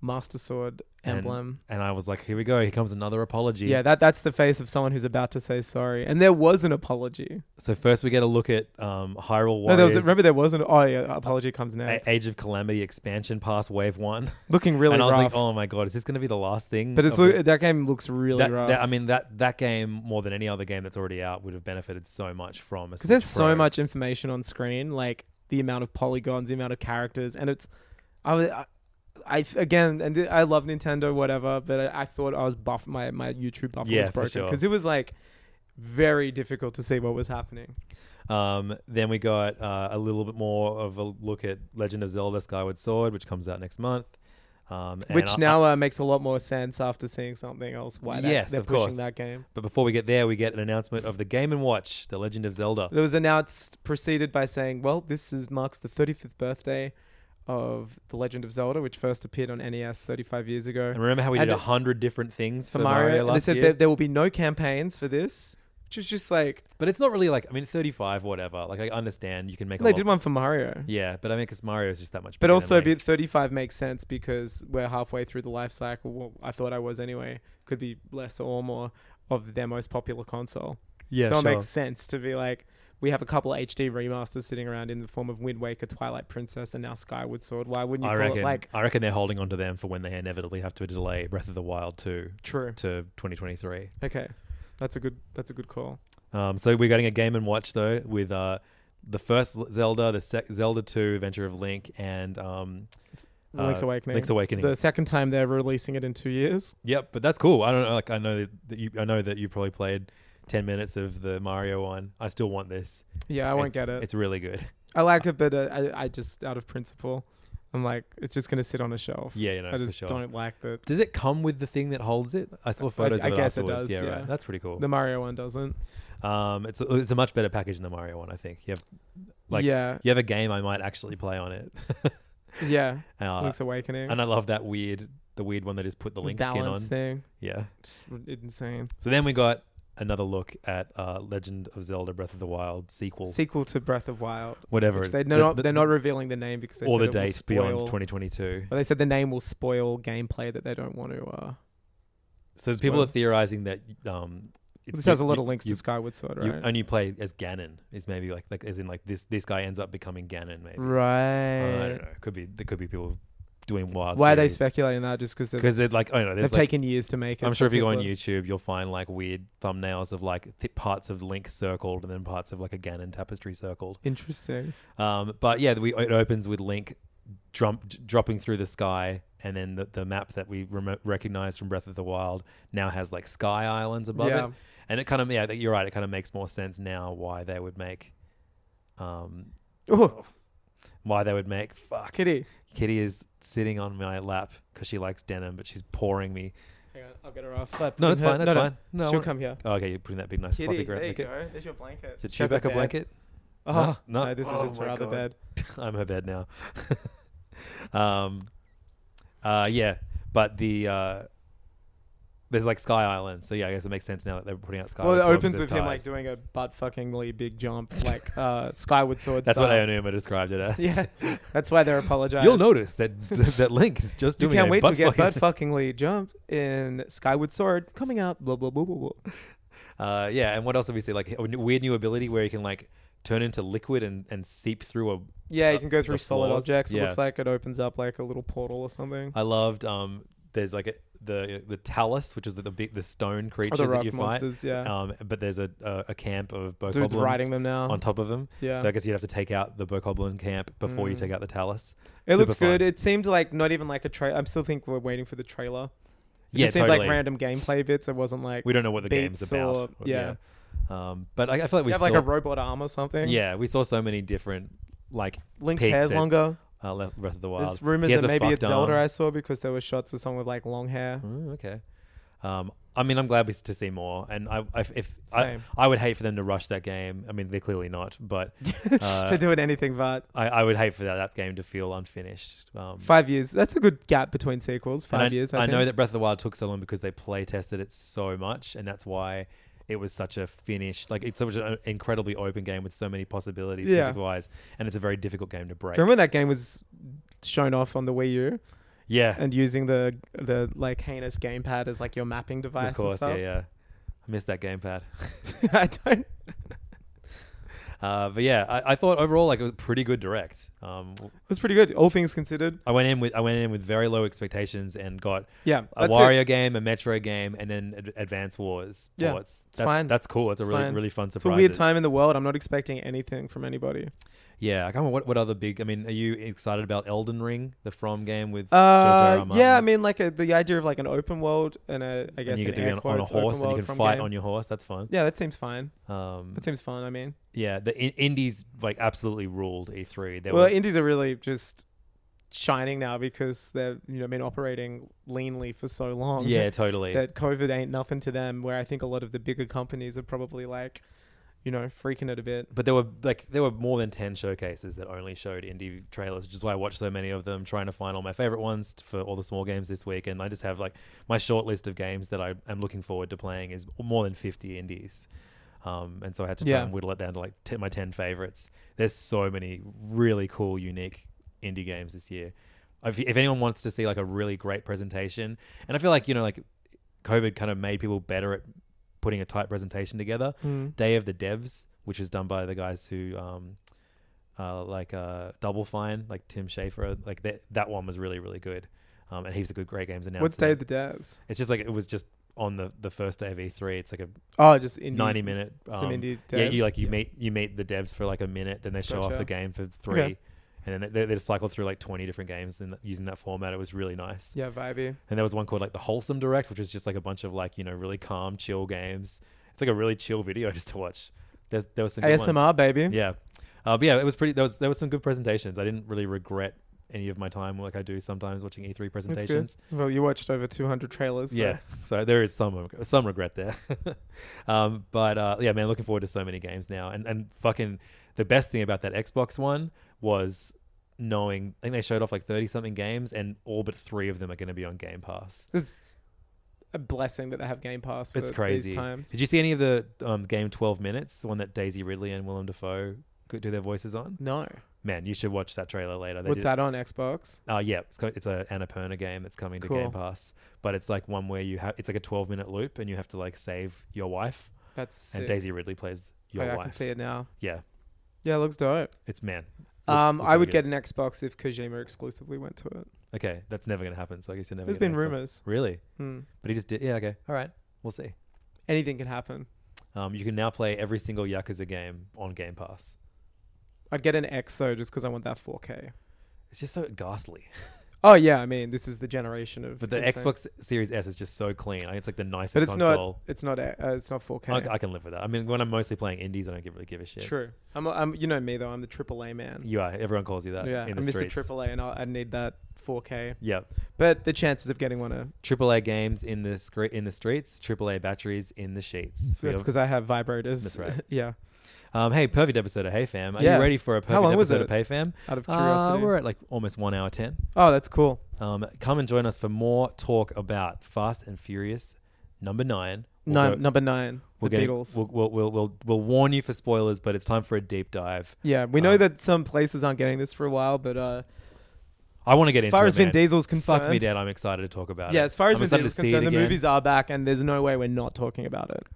Master Sword
and,
emblem.
and I was like, here we go. Here comes another apology.
yeah, that that's the face of someone who's about to say sorry, and there was an apology.
So first we get a look at um, Hyrule
No, there was.
Warriors.
Remember, there was an. Oh, yeah, apology comes
A-
next.
Age of Calamity expansion past Wave One,
Looking really
and I was
rough.
like, "Oh my god, is this going to be the last thing?"
But it's
of the-
loo- that game looks really
that,
rough.
that- I mean that that game more than any other game that's already out would have benefited so much from
because there's so much information on screen, like the amount of polygons, the amount of characters, and it's, I was, I, I again, and I love Nintendo, whatever, but I, I thought I was buff. My my YouTube buffer
Yeah,
was
for
broken
sure.
because it was like very difficult to see what was happening.
Um, then we got uh, a little bit more of a look at Legend of Zelda: Skyward Sword, which comes out next month. Um, and
Which
I-
now uh, makes a lot more sense after seeing something else. Why that,
Yes,
they're
of
pushing
course.
that game.
But before we get there, we get an announcement of the Game and Watch, The Legend of Zelda.
It was announced, preceded by saying, "Well, this is marks the 35th birthday of The Legend of Zelda, which first appeared on NES 35 years ago."
And remember how we did
And
a hundred different things
for
for Mario,
Mario, and they
last
said
year?
that there will be no campaigns for this, which is just like
but it's not really like I mean, thirty-five, whatever. Like I understand you can make. a
they
lot-
did one for Mario.
Yeah, but I mean, because Mario is just that much.
But
bigger
also,
than me.
bit 35 makes sense because we're halfway through the life cycle. Well, I thought I was anyway. Could be less or more of their most popular console.
yeah,
so
sure.
it makes sense to be like, we have a couple of HD remasters sitting around in the form of Wind Waker, Twilight Princess, and now Skyward Sword. Why wouldn't you
I
call
reckon.
it like
I reckon they're holding on to them for when they inevitably have to delay Breath of the Wild two
true?
to 2023.
Okay, that's a good that's a good call.
Um, so we're getting a Game and Watch though with uh, the first L- Zelda, the sec- Zelda two, Adventure of Link, and um, Uh,
Link's Awakening.
Link's Awakening.
The second time they're releasing it in two years.
yep. But that's cool. I don't know. Like I know that you. I know that you probably played. 10 minutes of the Mario one. I still want this.
Yeah, I won't
It's-
get it.
It's really good.
I like it, but uh, I, I just out of principle, I'm like it's just gonna sit on a shelf.
Yeah, you know,
I
for
just
sure.
don't like the
Does it come with the thing that holds it? I saw photos
I
of it
guess it
afterwards.
does,
yeah,
yeah.
right. That's pretty cool.
the Mario one doesn't.
Um, it's a, it's a much better package than the Mario one, I think. You have like
yeah,
you have a game I might actually play on it.
yeah,
uh,
Link's Awakening.
and I love that weird the weird one that is put the link skin on.
balance thing.
Yeah.
It's r- insane.
So then we got another look at uh, Legend of Zelda: Breath of the Wild sequel,
Sequel to Breath of Wild.
whatever.
Which they're
The-
not
the-
they're not revealing the name because they
or
said
the
it will
dates beyond
spoil-
2022.
Well, they said the name will spoil gameplay that they don't want to. Uh,
So people are
Spoil.
theorizing that um, it's-
this has a
you-
lot of links
you-
to Skyward Sword,
you
right?
only play as Ganon is maybe like like as in like this this guy ends up becoming Ganon maybe. Uh, I
right.
don't know. Could be there could be people doing wild.
Why are they speculating that? Just because they've
Because they're like I don't know.
they've
There's like,
taken years to make it.
I'm
so
sure if you go on
people are-
YouTube, you'll find like weird thumbnails of like th- parts of Link circled and then parts of like a Ganon tapestry circled.
Interesting.
Um, but yeah, we, it opens with Link drum, j- dropping through the sky, and then the, the map that we remo recognize from Breath of the Wild now has like sky islands above
Yeah.
it, and it kind of yeah, that- you're right. It kind of makes more sense now why they would make, um,
Oh,
why they would make fuck
kitty.
Kitty is sitting on my lap because she likes denim, but she's pouring me.
Hang on, I'll get her off.
No, it's fine. That's
no,
fine. No, I
She'll
wanna-
come here.
Oh, okay, you're putting that big nice fluffy
Kitty, there you
blanket.
go. There's your blanket.
Is
She has
it Chewbacca
bed.
blanket?
Oh,
No,
no,
no.
this is
Oh
just
my
her other
God.
bed.
I'm her bed now. um, uh, yeah, but the uh, there's like Sky Island, so yeah, I guess it makes sense now that they're putting out Sky.
well, it
Island, so
opens
obviously
with
there's
him like
ties.
doing a butt fuckingly big jump, like uh, Skyward Sword.
That's what
style.
Aonuma described it as.
Yeah, that's why they're apologizing.
You'll notice that that Link is just
You
doing.
can't
a
wait to get
butt-fucking-
butt fuckingly jump in Skyward Sword coming up. Blah blah blah blah blah.
Uh, yeah, and what else have we seen? Like a n- weird new ability where you can like turn into liquid and, and seep through a.
Yeah, you
Uh,
can go through
the
solid
floors,
objects. It
yeah.
looks like it opens up like a little portal or something.
I loved um. There's like a, the the talus, which is the the, big, the stone
Or
creatures
Oh, the
that
rock
you fight.
monsters. Yeah,
Um, but there's a, a, a camp of both
dude's riding them now.
on top of them.
yeah,
So I guess you'd have to take out the Bokoblin camp before you
Mm.
take out the Talus.
it looks
super fun.
good. It seemed like not even like a trailer. I'm still think we're waiting for the trailer. It
yeah,
just seemed
totally.
like random gameplay bits. It wasn't like
We don't know what the game's
beats
about.
or-
Or-
yeah.
Um, but I, I feel like
you
we
have
saw,
like a robot arm or something.
yeah, we saw so many different like
Link's
Pig
hair's
said-
longer.
uh, Le- Breath of the Wild.
There's rumors
He has
that
a
maybe it's
fucked
Zelda
arm.
I saw because there were shots of someone with like long hair.
Mm, okay. Um, I mean, I'm glad we s- to see more, and I, I if I,
Same.
I would hate for them to rush that game. I mean, they're clearly not, but Uh,
They're doing anything but
I, I would hate for that, that game to feel unfinished. Um,
five years. That's a good gap between sequels.
And
Five
I,
years. I,
I
think.
know that Breath of the Wild took so long because they play tested it so much, and that's why it was such a finished, like it's such an incredibly open game with so many possibilities
Yeah.
physical wise, and it's a very difficult game to break.
Do you remember that game was shown off on the Wii U
Yeah,
and using the the like heinous gamepad as like your mapping device
of course,
and stuff?
yeah, yeah. I missed that gamepad.
I don't.
Uh, but yeah, I, I thought overall like it was a pretty good direct. Um,
It was pretty good. All things considered.
I went in with I went in with very low expectations and got
Yeah.
a
that's it.
Wario game, a Metro game, and then Ad- Advance Wars.
Yeah,
ports.
it's
that's
fine.
that's cool. It's, a
It's
really
fine.
really fun
It's
surprise.
a weird time in the world. I'm not expecting anything from anybody.
Yeah, I can't remember what, what other big. I mean, are you excited about Elden Ring, the From game with George R. R.
Uh, yeah, I
Martin?
mean, like a, the idea of like an open world and a, I guess
and you get
an
to be
air
on, on a
quotes open
horse and you
world
can
from
fight
game.
on your horse. That's fun.
Yeah, that seems fine.
Um,
That seems fun. I mean,
yeah, the in- indies like absolutely ruled E3. They
well,
were
indies are really just shining now because they've you know been operating leanly for so long.
Yeah, totally.
that COVID ain't nothing to them. Where I think a lot of the bigger companies are probably like, you know, freaking it a bit.
but there were like there were more than 10 showcases that only showed indie trailers which is why i watched so many of them trying to find all my favorite ones t- for all the small games this week and i just have like my short list of games that i am looking forward to playing is more than 50 indies um, and so i had to try
Yeah.
and whittle it down to like t- my 10 favorites there's so many really cool unique indie games this year if, if anyone wants to see like a really great presentation and i feel like you know like covid kind of made people better at putting a tight presentation together
Hmm.
Day of the Devs, which is done by the guys who, um, uh, like uh, Double Fine, like Tim Schafer, like that that one was really really good, um, and heaps of good great games announced.
What's
there.
Day of the Devs?
It's just like it was just on the the first day of E3. It's like a
Oh, just indie,
ninety minute. Um,
Some indie
Yeah, you
devs?
like you
Yeah.
meet you meet the devs for like a minute, then they show off
Gotcha.
the game for three.
Okay.
And then they, they just cycle through like 20 different games and using that format. It was really nice.
Yeah, vibey.
And there was one called like the Wholesome Direct, which is just like a bunch of like you know really calm, chill games. It's like a really chill video just to watch. There's, there was some good
ASMR,
ones.
baby.
Yeah, uh, but yeah, it was pretty. There was there was some good presentations. I didn't really regret any of my time like I do sometimes watching E3
That's good.
presentations.
Well, you watched over 200 trailers. so-
Yeah, so there is some some regret there, um, but uh, yeah, man, looking forward to so many games now, and and fucking the best thing about that Xbox one was knowing. I think they showed off like thirty something games, and all but three of them are going to be on Game Pass.
It's a blessing that they have Game Pass for
It's crazy.
these times.
Did you see any of the um, game Twelve Minutes, the one that Daisy Ridley and Willem Dafoe could do their voices on?
No.
Man, you should watch that trailer later. They
What's
did-
that on Xbox?
Oh yeah, it's, co- it's a Annapurna game that's coming to Game
Cool.
Pass, but it's like one where you have it's like a twelve minute loop and you have to like save your wife,
That's sick.
and Daisy Ridley plays your
Wait,
wife.
I can see it now.
Yeah,
Yeah, it looks dope.
it's man. Look-
Um,
looks
I
really good.
would get an Xbox if Kojima exclusively went to it.
Okay, that's never gonna happen. So I guess you're never.
There's
gonna
been
get an Xbox.
rumors.
Really,
Hmm.
but he just did. Yeah, okay, all right, we'll see.
Anything can happen.
Um, you can now play every single Yakuza game on Game Pass.
I'd get an X though, just because I want that 4K.
It's just so ghastly.
Oh yeah, I mean this is the generation of.
But the
insane-
Xbox Series S is just so clean. Like, It's like the nicest
but it's not.
console.
It's not. a- Uh, it's not 4K.
I, I can live with that. I mean, when I'm mostly playing indies, I don't give, really give a shit.
True. I'm, a- I'm. You know me though. I'm the AAA man.
You are. Everyone calls you that
yeah.
in
I'm
the
Mr.
streets.
AAA, and I, I need that 4K.
Yeah.
But the chances of getting one are.
AAA games in the scre- in the streets. AAA batteries in the sheets. For
That's
your-
because I have vibrators.
That's right.
yeah.
um, hey, perfect episode of Hey Fam. Are
Yeah.
you ready for a
How
perfect
long was
episode of
it?
Hey Fam?
Out of
Uh,
curiosity.
we're at like almost one hour ten.
Oh, that's cool.
Um, come and join us for more talk about Fast and Furious number 9 We'll
Nine,
go-
number nine.
we're
the
gonna-
Beatles.
We'll, we'll, we'll, we'll, we'll warn you for spoilers, but it's time for a deep dive.
yeah, we know
um,
that some places aren't getting this for a while, but uh,
I want to get
as
into
far
it,
as Vin
man.
Diesel's concerned,
Fuck me, Dad. I'm excited to talk about it.
yeah, as far as
I'm
Vin
excited
Diesel's
to see it
concerned, the
again.
movies are back, and there's no way we're not talking about it.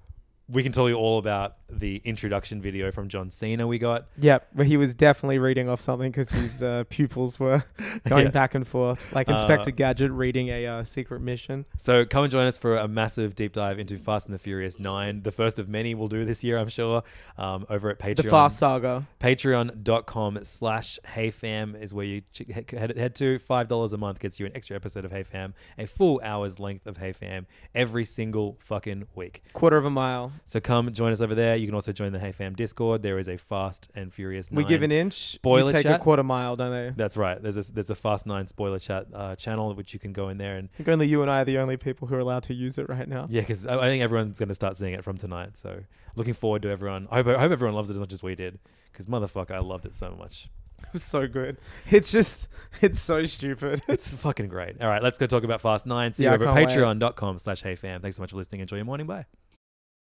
We can tell you all about the introduction video from John Cena we got.
Yeah, but he was definitely reading off something because his uh, pupils were going
Yeah. Uh,
back and forth, like Inspector Gadget reading a uh, secret mission.
So come and join us for a massive deep dive into Fast and the Furious 9, the first of many we'll do this year, I'm sure, um, over at Patreon.
The Fast Saga.
Patreon.com slash HeyFam is where you ch- he- head, head to. $5 a month gets you an extra episode of HeyFam, a full hour's length of HeyFam every single fucking week.
Quarter of a mile.
So come join us over there. You can also join the Hey Fam Discord. There is a Fast and Furious.
We
9.
give an inch,
Spoiler
you take
chat?
a quarter mile, don't they?
That's right. There's a there's a Fast Nine spoiler chat uh, channel which you can go in there and
I think only you and I are the only people who are allowed to use it right now.
yeah, because I, I think everyone's going to start seeing it from tonight. So looking forward to everyone. I hope I hope everyone loves it as much as we did. Because motherfucker, I loved it so much.
It was so good. It's just, it's so stupid.
It's fucking great. All right, let's go talk about Fast Nine. See
Yeah, I
you over at
can't wait.
patreon.com slash Hey Fam. Thanks so much for listening. Enjoy your morning. Bye.